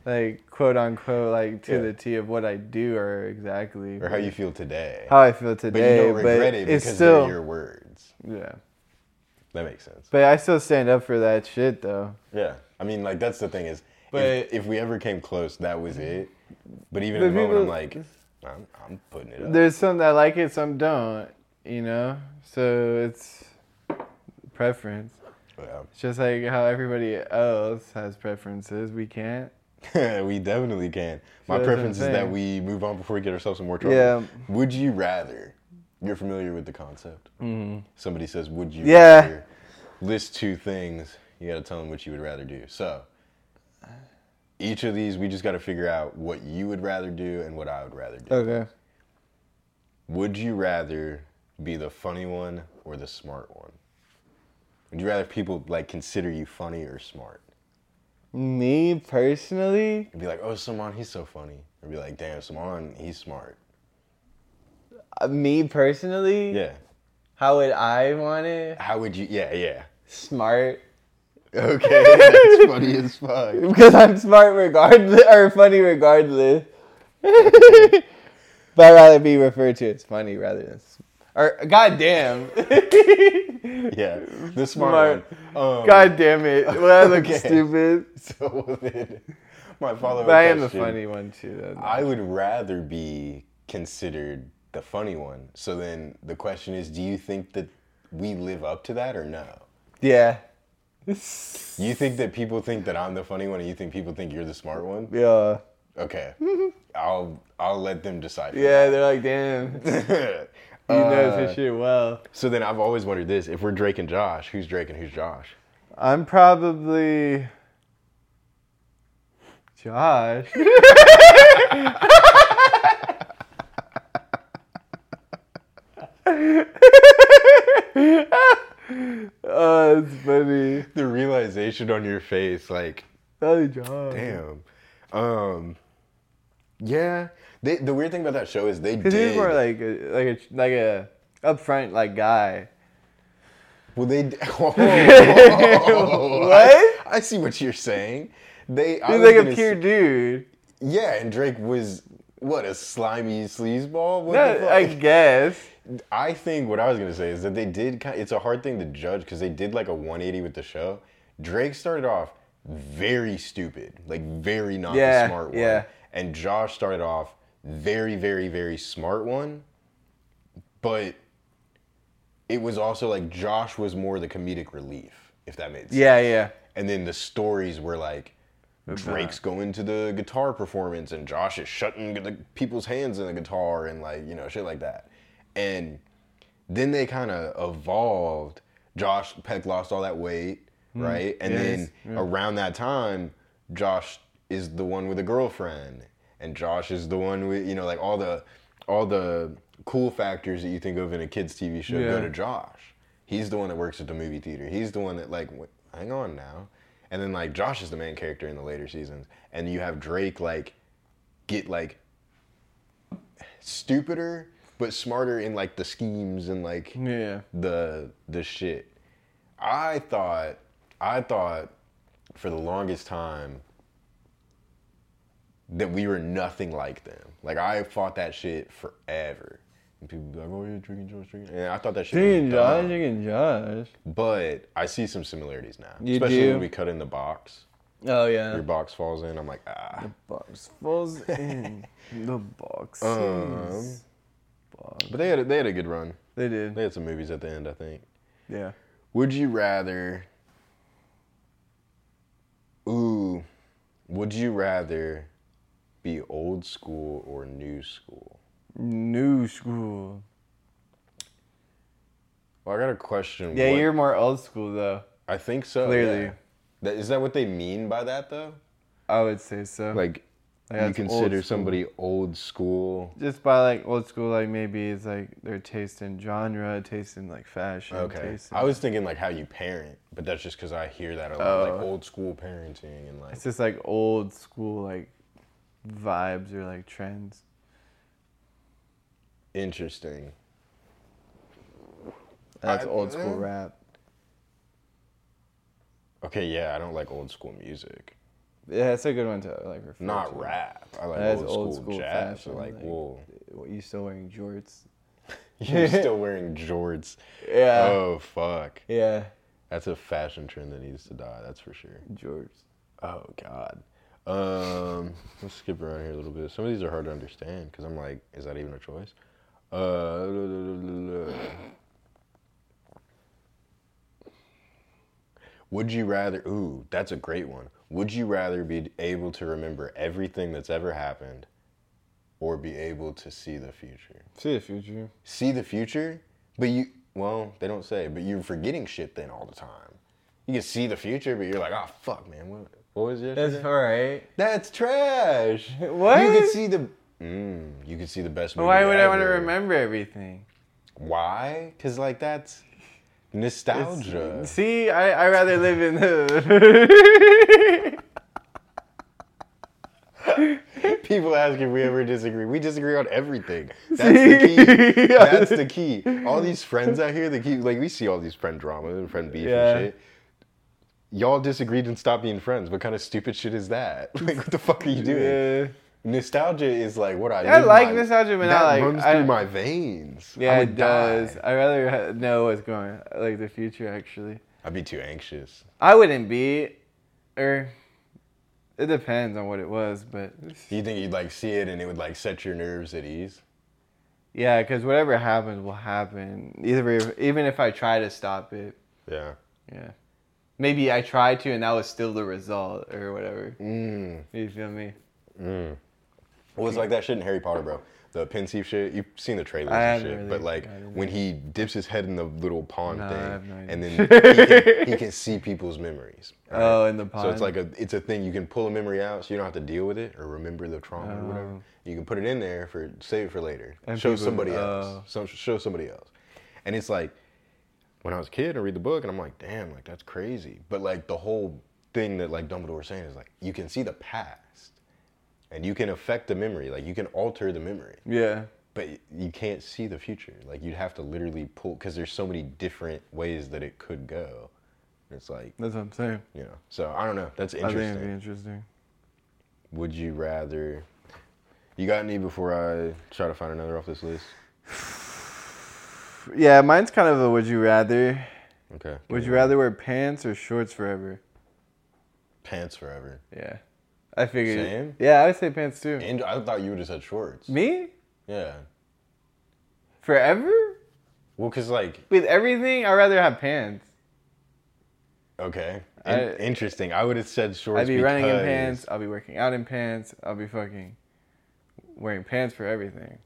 like quote unquote like to Yeah. the T of what I do or exactly or how you feel today. how I feel but you today. don't regret it it's because still they're your words. yeah. That makes sense. But I still stand up for that shit though. Yeah, I mean, like that's the thing is, But- if, if we ever came close, that was it. But even But in the moment, I'm like, people- I'm, I'm putting it up. There's some that like it, some don't. You know, so it's preference. It's just like how everybody else has preferences. We can't. Yeah. [laughs] we definitely can. My that's what I'm preference is that saying. we move on before we get ourselves in more trouble. Yeah. Would you rather? You're familiar with the concept. Somebody says, "Would you Yeah. rather?" List two things. You got to tell them what you would rather do. So, Each of these, we just got to figure out what you would rather do and what I would rather do. Okay. Would you rather be the funny one or the smart one? Would you rather people like consider you funny or smart? Me personally, And be like, oh, Saman, he's so funny. Or be like, damn, Saman, he's smart. uh, me personally, Yeah. how would I want it? How would you? Yeah, yeah. [laughs] Smart. [laughs] Okay, that's funny as fuck. Because I'm smart regardless, or funny regardless. [laughs] but I'd rather be referred to as funny rather than. s- Or, goddamn. Yeah, the smart, one. Um, [laughs] God damn [laughs] it. Well, I look Okay. stupid. [laughs] So then, my follow-up But I am the question, funny one, too. though. I would rather be considered the funny one. So then the question is, do you think that we live up to that or no? yeah. [laughs] You think that people think that I'm the funny one, and you think people think you're the smart one? Yeah. Okay, I'll I'll let them decipher. [laughs] Mm-hmm. Yeah, they're like, damn. [laughs] He that. knows his shit well. so then I've always wondered this: if we're Drake and Josh, who's Drake and who's Josh? I'm probably. [laughs] Josh. oh, it's funny. The realization on your face, like Oh, Josh. Damn. Um. Yeah. They, the weird thing about that show is they did. Because he's more like a, like a like a upfront like guy. well, they. [laughs] d- [laughs] Oh, I- What? I, see what you're saying. They. I He's was like a gonna pure s- dude. yeah, and Drake was what a slimy sleazeball. [laughs] What the No, fuck? I guess. I think what I was gonna say is that they did. Kind it's a hard thing to judge because they did like a 180 with the show. Drake started off very stupid, like very not Yeah, the smart one, yeah. and Josh started off very, very, very smart one, but it was also like Josh was more the comedic relief, if that made sense. Yeah, yeah. And then the stories were like Drake's going to the guitar performance and Josh is shutting the people's hands in the guitar and like, you know, shit like that. And then they kind of evolved. Josh Peck lost all that weight, right? And then around that time, Josh is the one with a girlfriend and Josh is the one with, you know, like all the all the cool factors that you think of in a kids TV show Yeah. go to Josh. He's the one that works at the movie theater. He's the one that like, w- hang on now. And then like Josh is the main character in the later seasons, and you have Drake like get like stupider but smarter in like the schemes and like Yeah. the the shit. I thought I thought for the longest time that we were nothing like them. Like I fought that shit forever. And people be like, "Oh yeah, drinking Josh, drinking," and I thought that shit. Drinking was Josh, dumb. drinking Josh. But I see some similarities now, You especially do? when we cut in the box. Oh yeah. Your box falls in. I'm like, ah. box falls [laughs] in the box. Um, but they had a, they had a good run. they did. They had some movies at the end, I think. yeah. Would you rather? Ooh, would you rather be old school or new school? New school. Well, I got a question. Yeah, What- you're more old school though. I think so. Clearly. yeah. That, is that what they mean by that though? I would say so. Like, Yeah, you it's old consider school. somebody old school? just by like old school, like maybe it's like their taste in genre, taste in like fashion. Okay. Taste in, I was thinking like how you parent, but that's just because I hear that a lot, like old school parenting and like. it's just like old school like vibes or like trends. Interesting. That's I- old school eh. rap. Okay, yeah, I don't like old school music. Yeah, that's a good one to like refer Not to. rap. I like That's old, school, jazz. fashion, or, like, [laughs] like- whoa, What you still wearing jorts? you're still wearing jorts. Yeah. Oh fuck, Yeah, that's a fashion trend that needs to die. That's for sure. jorts. Oh god. Um, [laughs] let's skip around here a little bit. Some of these are hard to understand because I'm like, is that even a choice? Uh, [laughs] would you rather? Ooh, that's a great one. Would you rather be able to remember everything that's ever happened, or be able to see the future? See the future. See the future, but you well, they don't say, but you're forgetting shit then all the time. You can see the future, but you're like, oh "Ah, fuck, man, what? What was yesterday? It's all right. That's trash. What? You could see the. Mm, you could see the best movie. Why would I want to ever. remember everything? Why? Because like that's It's- [laughs] nostalgia. See, I I rather live in the. [laughs] People ask if we ever disagree. We disagree on [laughs] everything. That's the key. That's the key. All these friends out here, the key. Like we see all these friend drama and friend beef Yeah. and shit. Y'all disagreed and stopped being friends. What kind of stupid shit is that? [laughs] Like, what the fuck are you doing? Yeah. Nostalgia is like what I. Yeah, I live like my- nostalgia, but that not like- runs I- through my veins. I Yeah, would it does. die. I rather ha- know what's going, like the future. Actually, I'd be too anxious. I wouldn't be, or it depends on what it was, but Do you think you'd like see it and it would like set your nerves at ease? yeah, because whatever happens will happen. Either if, even if I try to stop it, Yeah. yeah, maybe I tried to, and that was still the result or whatever. Mm. You feel me? Well, it's like that shit in Harry Potter, bro. The pensieve shit. You've seen the trailers I and haven't shit, really but like got into when he dips his head in the little pond No, I thing, have no idea. and then he [laughs] can, he can see people's memories. right? Oh, in the So it's pond? like a it's a thing you can pull a memory out, so you don't have to deal with it or remember the trauma or whatever. Oh. You can put it in there for save it for later. And show people- somebody oh. else. Some, show somebody else. And it's like when I was a kid, I read the book, and I'm like, damn, like that's crazy. But like the whole thing that like Dumbledore was saying is like you can see the past, and you can affect the memory, like you can alter the memory, Yeah, but y- you can't see the future. Like you'd have to literally pull because there's so many different ways that it could go. It's like that's what I'm saying. you know. So I don't know. That's I think interesting. it'd be interesting. Would you rather? You got any before I try to find another off this list? Yeah, mine's kind of a would you rather. Okay. Would you rather wear pants or shorts forever? pants forever? Yeah. I figured. it- Same? Yeah, I would say pants too. And I thought you would have said shorts. Me? Yeah. Forever? Well, cause like With everything, I'd rather have pants. okay, In- I- interesting. I would have said shorts. I'd be running in because- pants. I'll be working out in pants. I'll be fucking wearing pants for everything.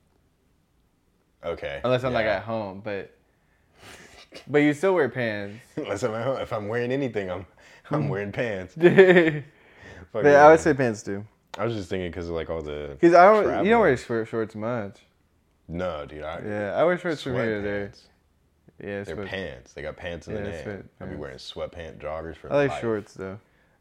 Okay. Unless I'm like yeah. at home, but but you still wear pants. [laughs] [laughs] Unless I'm at home. If I'm wearing anything, I'm I'm wearing [laughs] pants. but Fuck I yeah. would say pants too. I was just thinking because of like all the. Cause I don't. You traveling. don't wear short shorts much. No, dude. I, Yeah, I wear shorts from here to there. sweatpants. Yeah, They're sweat- pants. They got pants in the Yeah, name. I'd be sweatpants. wearing sweatpant joggers for I like life. shorts though.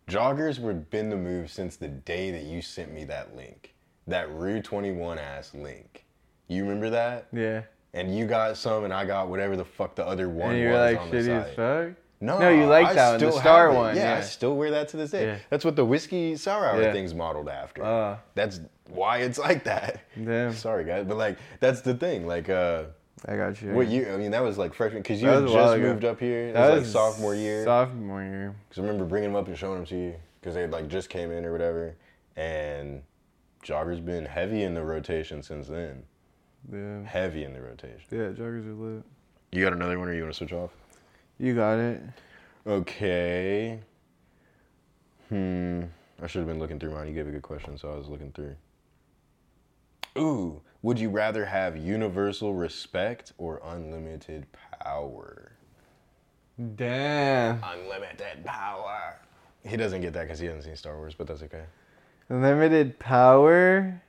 Joggers would been the move since the day that you sent me that link, that Rue 21 ass link. You remember that? Yeah. And you got some, and I got whatever the fuck the other one And you're was like on the shitty as side. fuck. No, No, you like I that one, the still star have it. one, Yeah, I yeah. still wear that to this day. Yeah. That's what the whiskey sour hour Yeah. thing's modeled after. Ah. that's why it's like that. [laughs] Damn. Sorry guys, but like that's the thing. Like, uh, I got you. what you? I mean, that was like freshman because you That had was a while just ago. moved up here. That, That was, like sophomore year. Sophomore year. Because I remember bringing them up and showing them to you because they had like just came in or whatever. And Jogger's been heavy in the rotation since then. Yeah. Heavy in the rotation. Yeah, joggers are lit. You got another one or you want to switch off? You got it. Okay. Hmm. I should have been looking through mine. You gave a good question, so I was looking through. Ooh. Would you rather have universal respect or unlimited power? Damn. Unlimited power. He doesn't get that because he hasn't seen Star Wars, but that's okay. Limited power.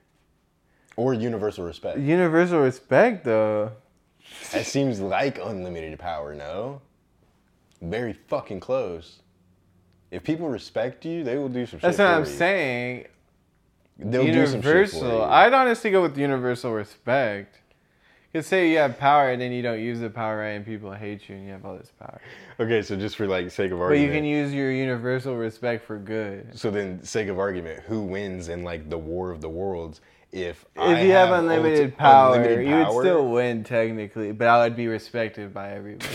Or universal respect. [laughs] Universal respect, though. That seems like unlimited power, no? Very fucking close. If people respect you, they will do some That's shit. what for I'm you. saying. They'll do some shit for universal. you. I'd honestly go with universal respect. Cause say you have power and then you don't use the power right, and people hate you, and you have all this power. Okay, so just for like sake of But you argument. can use your universal respect for good. so then, sake of argument, who wins in like the war of the worlds? If if If you have, unlimited, power, you would still win technically, but I would be respected by everybody.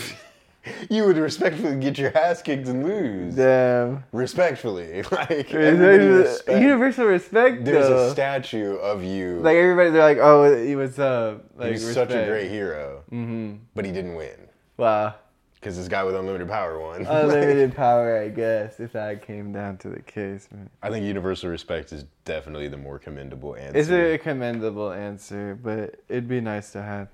you would respectfully get your ass kicked and lose. [laughs] Damn. Respectfully, [laughs] like everybody respect. Universal respect, There's though. a statue of you. uh, like everybody, they're like, "Oh, what's up?" Like, He's such a respect. great hero, mm-hmm. but he didn't win. [laughs] wow, Because this guy with unlimited power won. [laughs] unlimited power, I guess. If that came down to the case, man. I think universal respect is definitely the more commendable answer. Is it a commendable answer? But it'd be nice to have.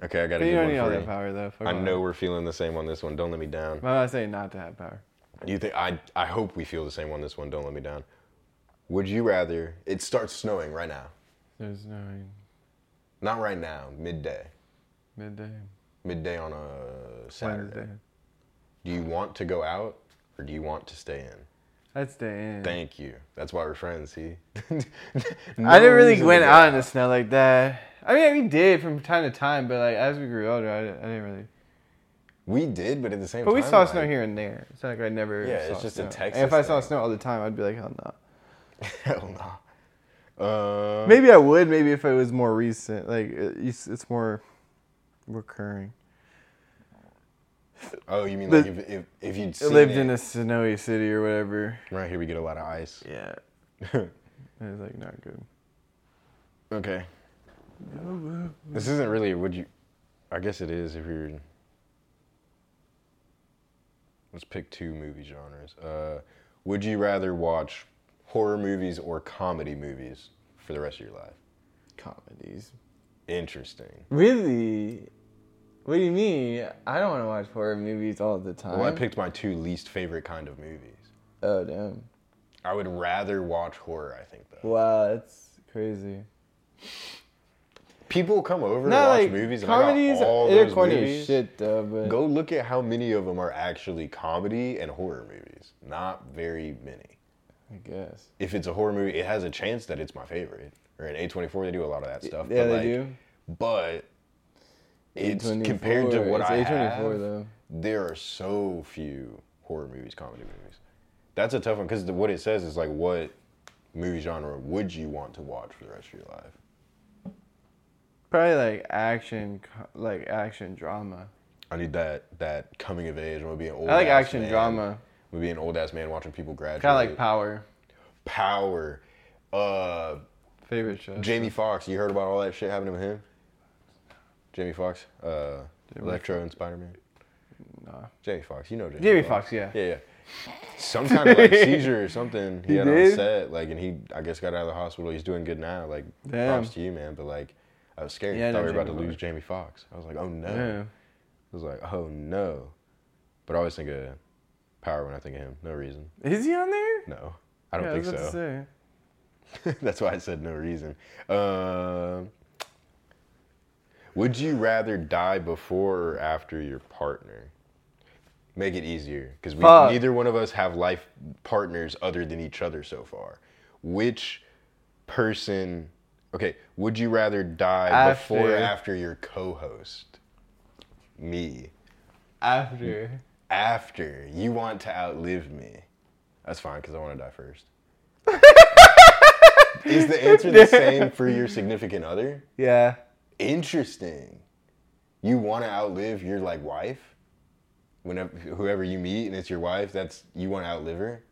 Okay, I got a But you good don't one need all for that you. power, though. Fuck I all know that. we're feeling the same on this one. Don't let me down. I'm not saying not to have power. Do you think I? I hope we feel the same on this one. Don't let me down. Would you rather it starts snowing right now? There's no Not right now. Midday. midday. Midday on a Saturday. Wednesday. Do you want to go out or do you want to stay in? I'd stay in. Thank you. That's why we're friends. See. [laughs] I didn't really went went out in the snow like that. I mean, we did from time to time, but like as we grew older, I didn't, I didn't really. We did, but at the same But time, we saw like, snow here and there. It's not like I never. Yeah, it's saw just a snow. Texas And if I saw thing. snow all the time, I'd be like, hell no. [laughs] Hell no. Uh, Maybe I would. Maybe if it was more recent, like it- it's, it's more recurring. oh, you mean the- like if if, if you'd seen lived it, in a snowy city or whatever. right here we get a lot of ice. [laughs] Yeah, it's like not good. okay. This isn't really would you. I guess it is if you're. Let's pick two movie genres. Uh, would you rather watch horror movies or comedy movies for the rest of your life? Comedies. Interesting. Really? What do you mean? I don't want to watch horror movies all the time. Well, I picked my two least favorite kind of movies. oh damn! I would rather watch horror. I think though. Wow, that's crazy. People come over Not and watch like movies. And comedies. I got all they're those corny movies. as shit though. But Go look at how many of them are actually comedy and horror movies. Not very many. I guess. If it's a horror movie, it has a chance that it's my favorite. Or in A24, they do a lot of that stuff. yeah, but they like, do. But it's compared to A24, what it's I have, A24 though. there are so few horror movies, comedy movies. That's a tough one because what it says is like, what movie genre would you want to watch for the rest of your life? Probably like action, co- like action drama. I need that that coming of age. I'm gonna be an old. I like ass action man. drama. I'm gonna be an old ass man watching people graduate. Kind of like Power. power. Uh, Favorite show. Jamie Foxx, you heard about all that shit happening with him? Jamie Foxx, uh, Electro and Spider Man. Nah. Jamie Foxx, you know Jamie. Jamie Foxx. Foxx, yeah. Yeah, yeah. Some kind of like seizure or [laughs] something he, He had on did? set, like, and he I guess got out of the hospital. He's doing good now. Like, Damn. props to you, man. But like, I was scared. Yeah, I I thought know we were about to Jamie lose Foxx. Jamie Foxx. I was like, oh no. Yeah. I was like, oh no. But I always think of Power when I think of him. No reason. Is he on there? No, I don't yeah, I think was so. about to say. [laughs] That's why I said no reason. Um, would you rather die before or after your partner? Make it easier because we Fuck. neither one of us have life partners other than each other so far. Which person? Okay, would you rather die before or After. after your co-host? Me. [laughs] After. After you want to outlive me. That's fine because I want to die [laughs] first. Is the answer the same for [laughs] your significant other? Yeah. Interesting. You want to outlive your like wife? Whenever whoever you meet and it's your wife, that's you want to outlive her?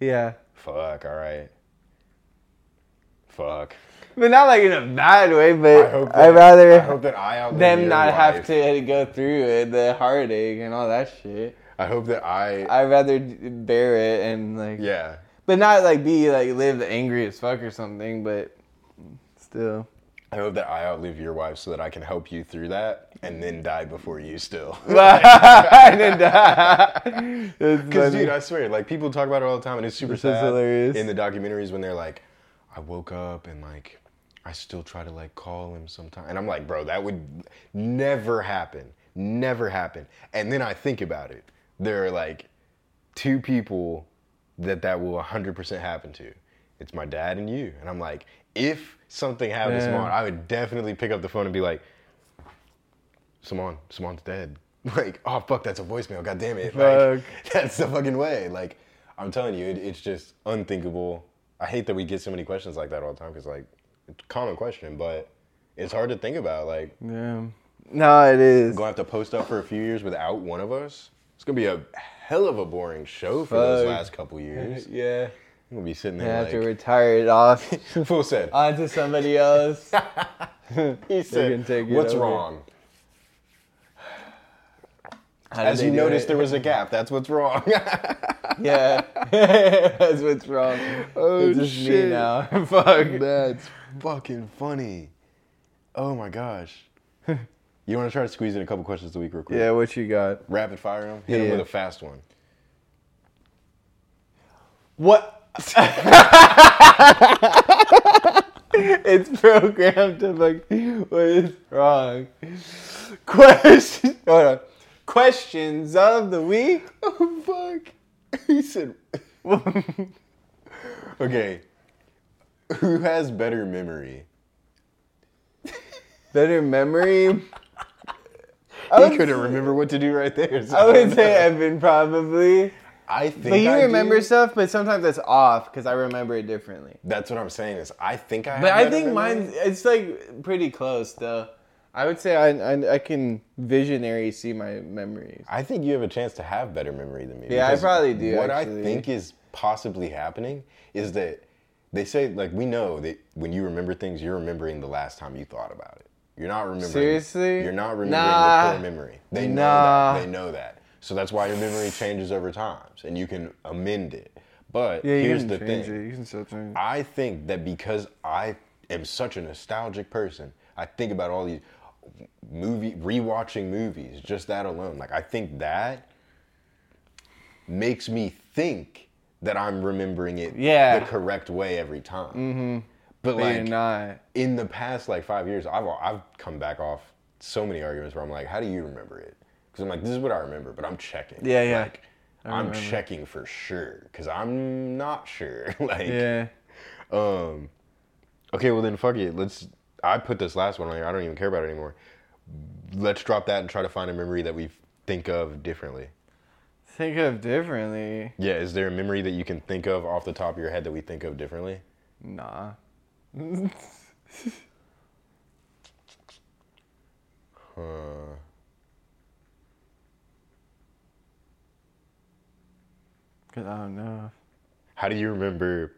Yeah. Fuck, all right. Fuck. But not like in a bad way, I but hope I that, would rather I hope that I outlive them your not have wife. to go through it, the heartache and all that shit. I hope that I, I'd rather d- bear it and like, yeah. but not like be like live angry as fuck or something, but [laughs] still. [laughs] I hope that I outlive your wife so that I can help you through that and then die before you [laughs] still. and then die. [laughs] That's Because, funny. dude, I swear, like people talk about it all the time, and it's super This is sad. hilarious. In the documentaries, when they're like, "I woke up and like, I still try to like call him sometime," and I'm like, "Bro, that would never happen, never happen." And then I think about it. There are like two people that that will 100% happen to. It's my dad and you. And I'm like, if something happened to Yeah. Simone, I would definitely pick up the phone and be like, Simone, Simone's dead. [laughs] Like, oh fuck, that's a voicemail. God damn it. Like, [laughs] that's the fucking way. Like, I'm telling you, it, it's just unthinkable. I hate that we get so many questions like that all the time because like, it's a common question, but it's hard to think about. Like, yeah. No, it is. gonna have to post up for a few years without one of us. It's gonna be a hell of a boring show for those Fuck. last couple years. I'm Yeah. gonna be sitting I have to there retire it off [laughs] [laughs] like, fool said. onto [laughs] somebody else. He can said, take it "What's over." wrong?" How did As they you do noticed, it? there was a gap. That's what's [laughs] wrong. [laughs] Yeah, [laughs] that's what's wrong. Oh, it's just shit. me now. [laughs] Fuck. That's fucking funny. Oh my gosh. [laughs] You want to try to squeeze in a couple questions a week, real quick? Yeah, what you got? Rapid fire them. Hit 'em Yeah. with a fast one. What? [laughs] it's programmed to like, what is wrong? Question. Hold on. Questions of the [laughs] week. Oh fuck! He [laughs] said. okay. Who has better memory? Better memory. I couldn't remember what to do right there. so I would say Evan probably. [laughs] I think. But you I remember do. stuff, but sometimes that's off because I remember it differently. That's what I'm saying. Is I think I. But have I better think memory. mine's it's like pretty close though. I would say I I, I can visionary see my memories. I think you have a chance to have better memory than me. Yeah, I because probably do, What actually. I think is possibly happening is that they say like we know that when you remember things, you're remembering the last time you thought about it. You're not remembering. Seriously? You're not remembering Nah. the core memory. They know Nah. that. They know that. So that's why your memory changes over times, and you can amend it. But Yeah, you here's can the change thing. it. You can still change. it. I think that because I am such a nostalgic person, I think about all these movie rewatching movies, just that alone. Like I think that makes me think that I'm remembering it Yeah. the correct way every time. Mm-hmm. But But you're like not. in the past like five years, I've I've come back off so many arguments where I'm like, how do you remember it? Because I'm like, this is what I remember, but I'm checking. Yeah, yeah. Like, I'm checking for sure because I'm not sure. [laughs] like, Yeah. um, okay, well then fuck it. Let's. I put this last one on here. I don't even care about it anymore. Let's drop that and try to find a memory that we think of differently. Think of differently. Yeah, is there a memory that you can think of off the top of your head that we think of differently? [laughs] Nah. Cause I [laughs] don't know. How do you remember?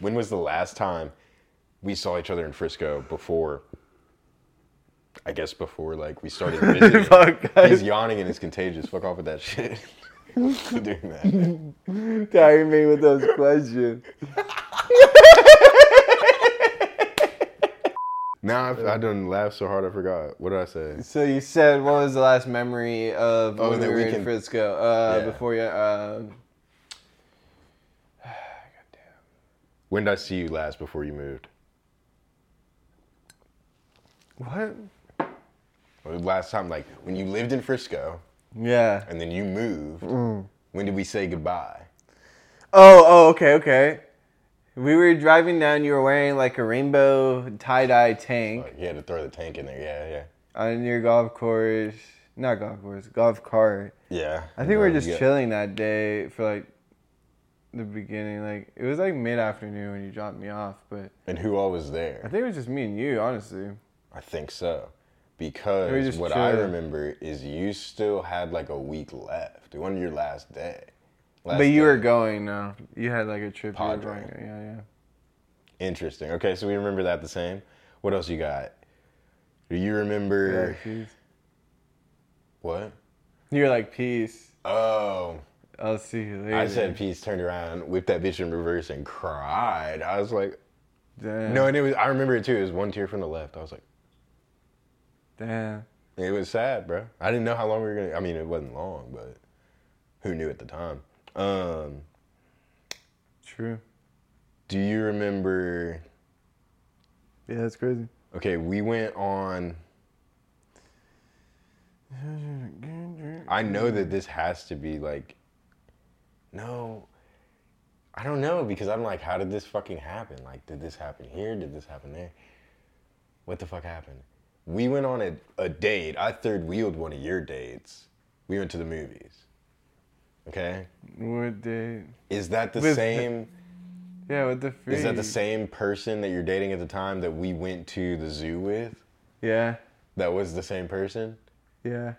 When was the last time we saw each other in Frisco before? I guess before like we started visiting. Fuck, guys. He's yawning and it's contagious. Fuck off with that shit. [laughs] Quit doing that. [laughs] Tired me with those questions. Now I've, I done laughed so hard I forgot. What did I say? So you said what was the last memory of Oh, when we that were we in can- Frisco? Uh, Yeah. Before you. Uh, When did I see you last before you moved? what? Or the Last time, like when you lived in Frisco Yeah. and then you moved. When did we say goodbye? Oh, oh, okay, okay. We were driving down. You were wearing like a rainbow tie dye tank Like, you had to throw the tank in there. Yeah, on your golf course. Not golf course, golf cart. yeah, yeah. I think we were You just got- chilling that day for like the beginning. Like it was like mid afternoon when you dropped me off, but And who all was I there? think it was just me and you, honestly. I think so, because We were just what I chilling. remember is you still had like a week left. It wasn't your last day. Last but you day. were going now. You had like a trip. You were Padre. going. Yeah, yeah. interesting. Okay, so we remember that the same. What else you got? Do you You're remember like, peace. what? You're like peace. Oh, I'll see you later. I said peace, turned around, whipped that bitch in reverse, and cried. I was like, Damn. no, and it was. I remember it too. It was one tear from the left. I was like, Damn. it was sad, bro. I didn't know how long we were gonna. I mean, it wasn't long, but who knew at the time? Um, True. do you remember? Yeah, that's crazy. Okay, we went on. I know that this has to be like. No. I don't know because I'm like, how did this fucking happen? Like, did this happen here? Did this happen there? What the fuck happened? We went on a, a date. I third wheeled one of your dates. We went to the movies. Okay? What date? Is that the With- same Yeah, with the free. is that the same person that you're dating at the time that we went to the zoo with? Yeah. That was the same person? Yeah.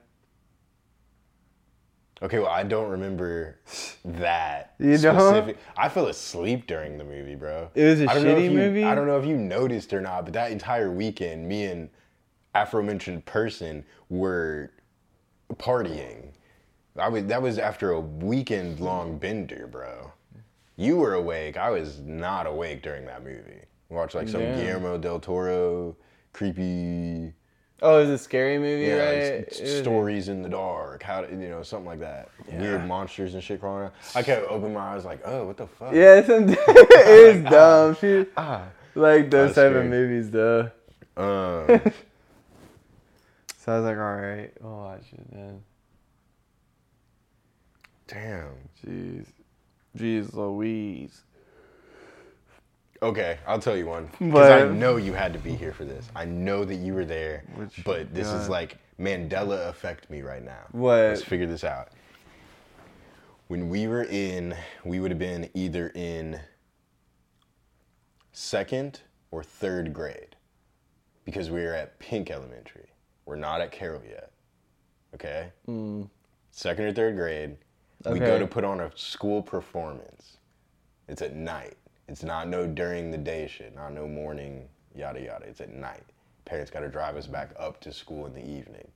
Okay, well, I don't remember that. You don't? I fell asleep during the movie, bro. It was a I don't know if shitty you- movie? I don't know if you noticed or not, but that entire weekend, me and aforementioned person were partying. I was that was after a weekend long bender, bro. You were awake. I was not awake during that movie. Watched like some Damn. Guillermo del Toro creepy Oh, is it a scary movie, yeah, right? it's- it's It- stories in the dark, how to, you know, something like that. Weird monsters and shit crawling around. I kept opening my eyes like, oh, what the fuck? [laughs] Yeah, [laughs] it's, it is Ah. dumb. She, like That's those type Ah. scary. of movies, though. [laughs] Um, So I was like, all right, we'll watch it then. damn. Jeez, jeez, Louise. Okay, I'll tell you one. Because I But- know you had to be here for this. I know that you were there. Which- but this is God. like Mandela affect me right now. What? Let's figure this out. When we were in, we would have been either in second or third grade because we were at Pink Elementary. We're not at Carroll yet. Okay? Second or third grade, we go Mm. Okay. to put on a school performance. It's at night. It's not no during the day shit, not no morning, yada yada. It's at night. Parents got to drive us back up to school in the evening.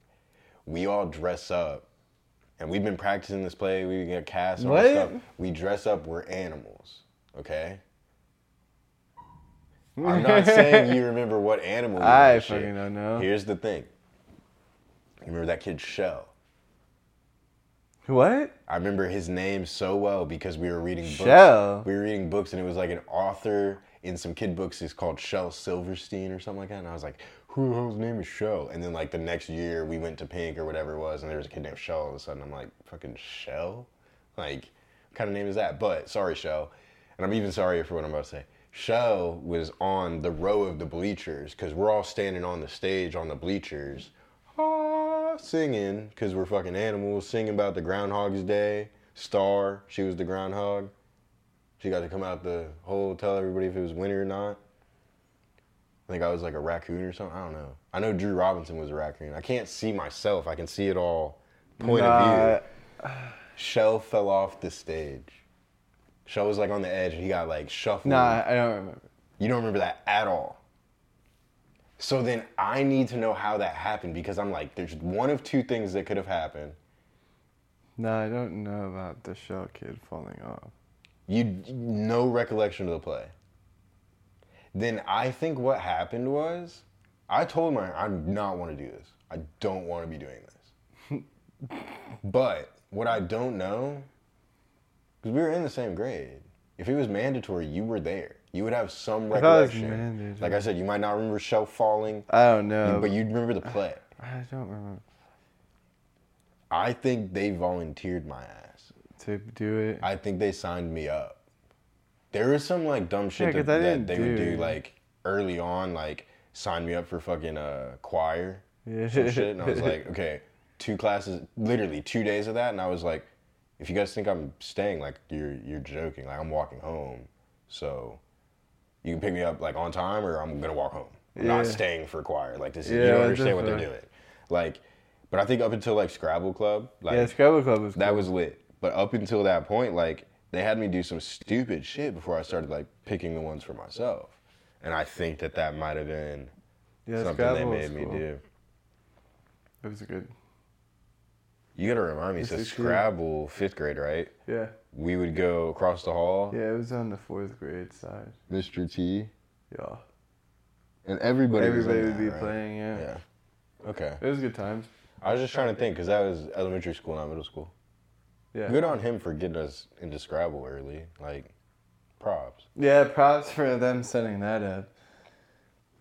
We all dress up, and we've been practicing this play. We get cast and all this What? stuff. We dress up. We're animals, okay? I'm not saying [laughs] you remember what animal. you were I and shit. fucking don't know. Here's the thing. You remember that kid Shell? What? I remember his name so well because we were reading books. Shell? We were reading books, and it was like an author in some kid books is called Shell Silverstein or something like that. And I was like, who the hell's name is Shell? And then like the next year, we went to Pink or whatever it was, and there was a kid named Shell. All of a sudden, I'm like, fucking Shell? Like, what kind of name is that? But sorry, Shell. And I'm even sorrier for what I'm about to say. Shell was on the row of the bleachers because we're all standing on the stage on the bleachers ah, singing because we're fucking animals, singing about the Groundhog's Day. Star, she was the groundhog. She got to come out the hole, tell everybody if it was winter or not. I think I was like a raccoon or something. I don't know. I know Drew Robinson was a raccoon. I can't see myself. I can see it all. Point of Nah. view. Shell fell off the stage. Shell was like on the edge and he got like shuffled. Nah, I don't remember. You don't remember that at all. So then I need to know how that happened because I'm like, there's one of two things that could have happened. Nah, I don't know about the shell kid falling off. You no recollection of the play. Then I think what happened was, I told my I do not want to do this. I don't want to be doing this. [laughs] but what I don't know, because we were in the same grade. If it was mandatory, you were there. You would have some I thought it was recollection. mandatory. Oh. Like I said, you might not remember shell falling, I don't know. but you'd remember the play. I don't remember I think they volunteered my ass. to do it. I think they signed me up. There was some like dumb shit Yeah, that, 'cause I that didn't they would do- do like early on, like sign me up for fucking uh, choir Yeah. some shit, and I [laughs] was like, okay, two classes, literally two days of that, and I was like, if you guys think I'm staying, like you're you're joking, like I'm walking home, so you can pick me up like on time, or I'm gonna walk home. I'm not Yeah. staying for choir. Like this, is, you Yeah, don't understand what they're definitely. doing. Like, but I think up until like Scrabble Club, like yeah, Scrabble Club was that was lit. But up until that point, like they had me do some stupid shit before I started like picking the ones for myself, and I think that that might have been yeah, something Scrabble they was made me cool. do. It was good. You gotta remind me. So Yes, it's true. Scrabble, fifth grade, right? Yeah. We would go across the hall. Yeah, it was on the fourth grade side. Mr. T Yeah. and everybody. was in Everybody would that, be right? playing, yeah. Yeah. Okay. It was good times. I was just trying to think because that was elementary school, not middle school. Yeah. Good on him for getting us into Scrabble early. Like, props. Yeah, props for them setting that up.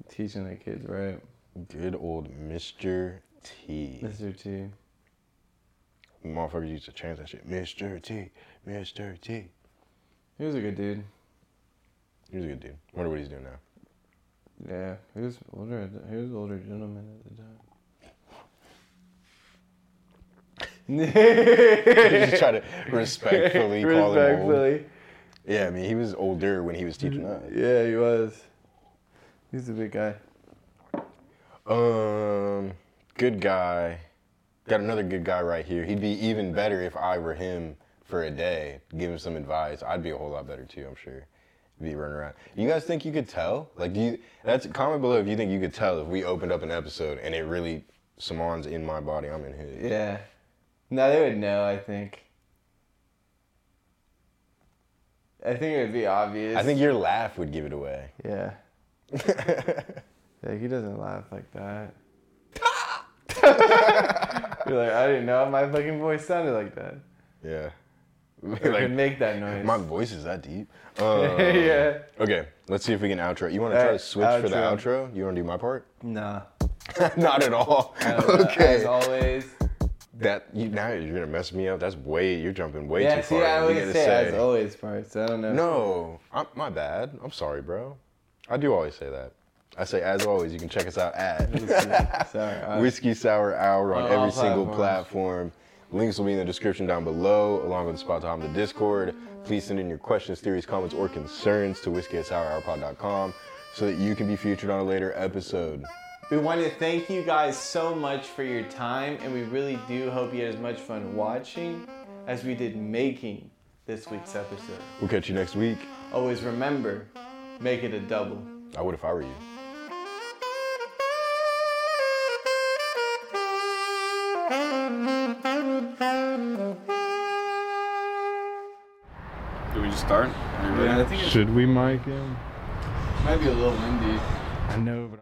Teaching the kids, right? Good old Mr. T. Mr. T. Motherfuckers used to change that shit. Mr. T, Mr. T. He was a good dude. He was a good dude. Wonder what he's doing now. Yeah, he was older. at the- He was an older gentleman at the time. [laughs] You just try to respectfully call him old. Respectfully. Mm-hmm. Yeah, I mean, he was older when he was teaching us. Yeah, he was. He's a big guy. Um, good guy. Got another good guy right here. He'd be even better if I were him for a day. Give him some advice. I'd be a whole lot better too. I'm sure. Be running around. You guys think you could tell? Like, do you? That's comment below if you think you could tell if we opened up an episode and it really Samon's in my body. I'm in his. Yeah. No, they would know. I think. I think it would be obvious. [laughs] I think your laugh would give it away. Yeah. Like, he doesn't laugh like [laughs] that. You're like, I didn't know my fucking voice sounded like that. [laughs] Yeah. Or could like, make that noise. my [laughs] voice is that deep. Uh, yeah. Okay, let's see if we can outro. You want to try to Alright, switch for the outro. outro? You want to do my [laughs] part? [laughs] Nah. Not at all. [laughs] okay. As always. that you, now you're gonna mess me up. That's way you're jumping way Yeah, too see, far. I You always gotta say, as always parts. I don't know. No, I'm, my bad. I'm sorry, bro. I do always say that. I say, as always, you can check us out [laughs] at [laughs] Sorry. I- Whiskey Sour Hour on Uh, On all every single platform. platforms. Links will be in the description down below, along with the spot to hop in the Discord. Please send in your questions, theories, comments, or concerns to whiskeysourhourpod.com so that you can be featured on a later episode. We want to thank you guys so much for your time, and we really do hope you had as much fun watching as we did making this week's episode. We'll catch you next week. Always remember, make it a double. I would if I were you. Do we just start? Are you ready? Yeah, I think Should we mic him? Might be a little windy. I know, but.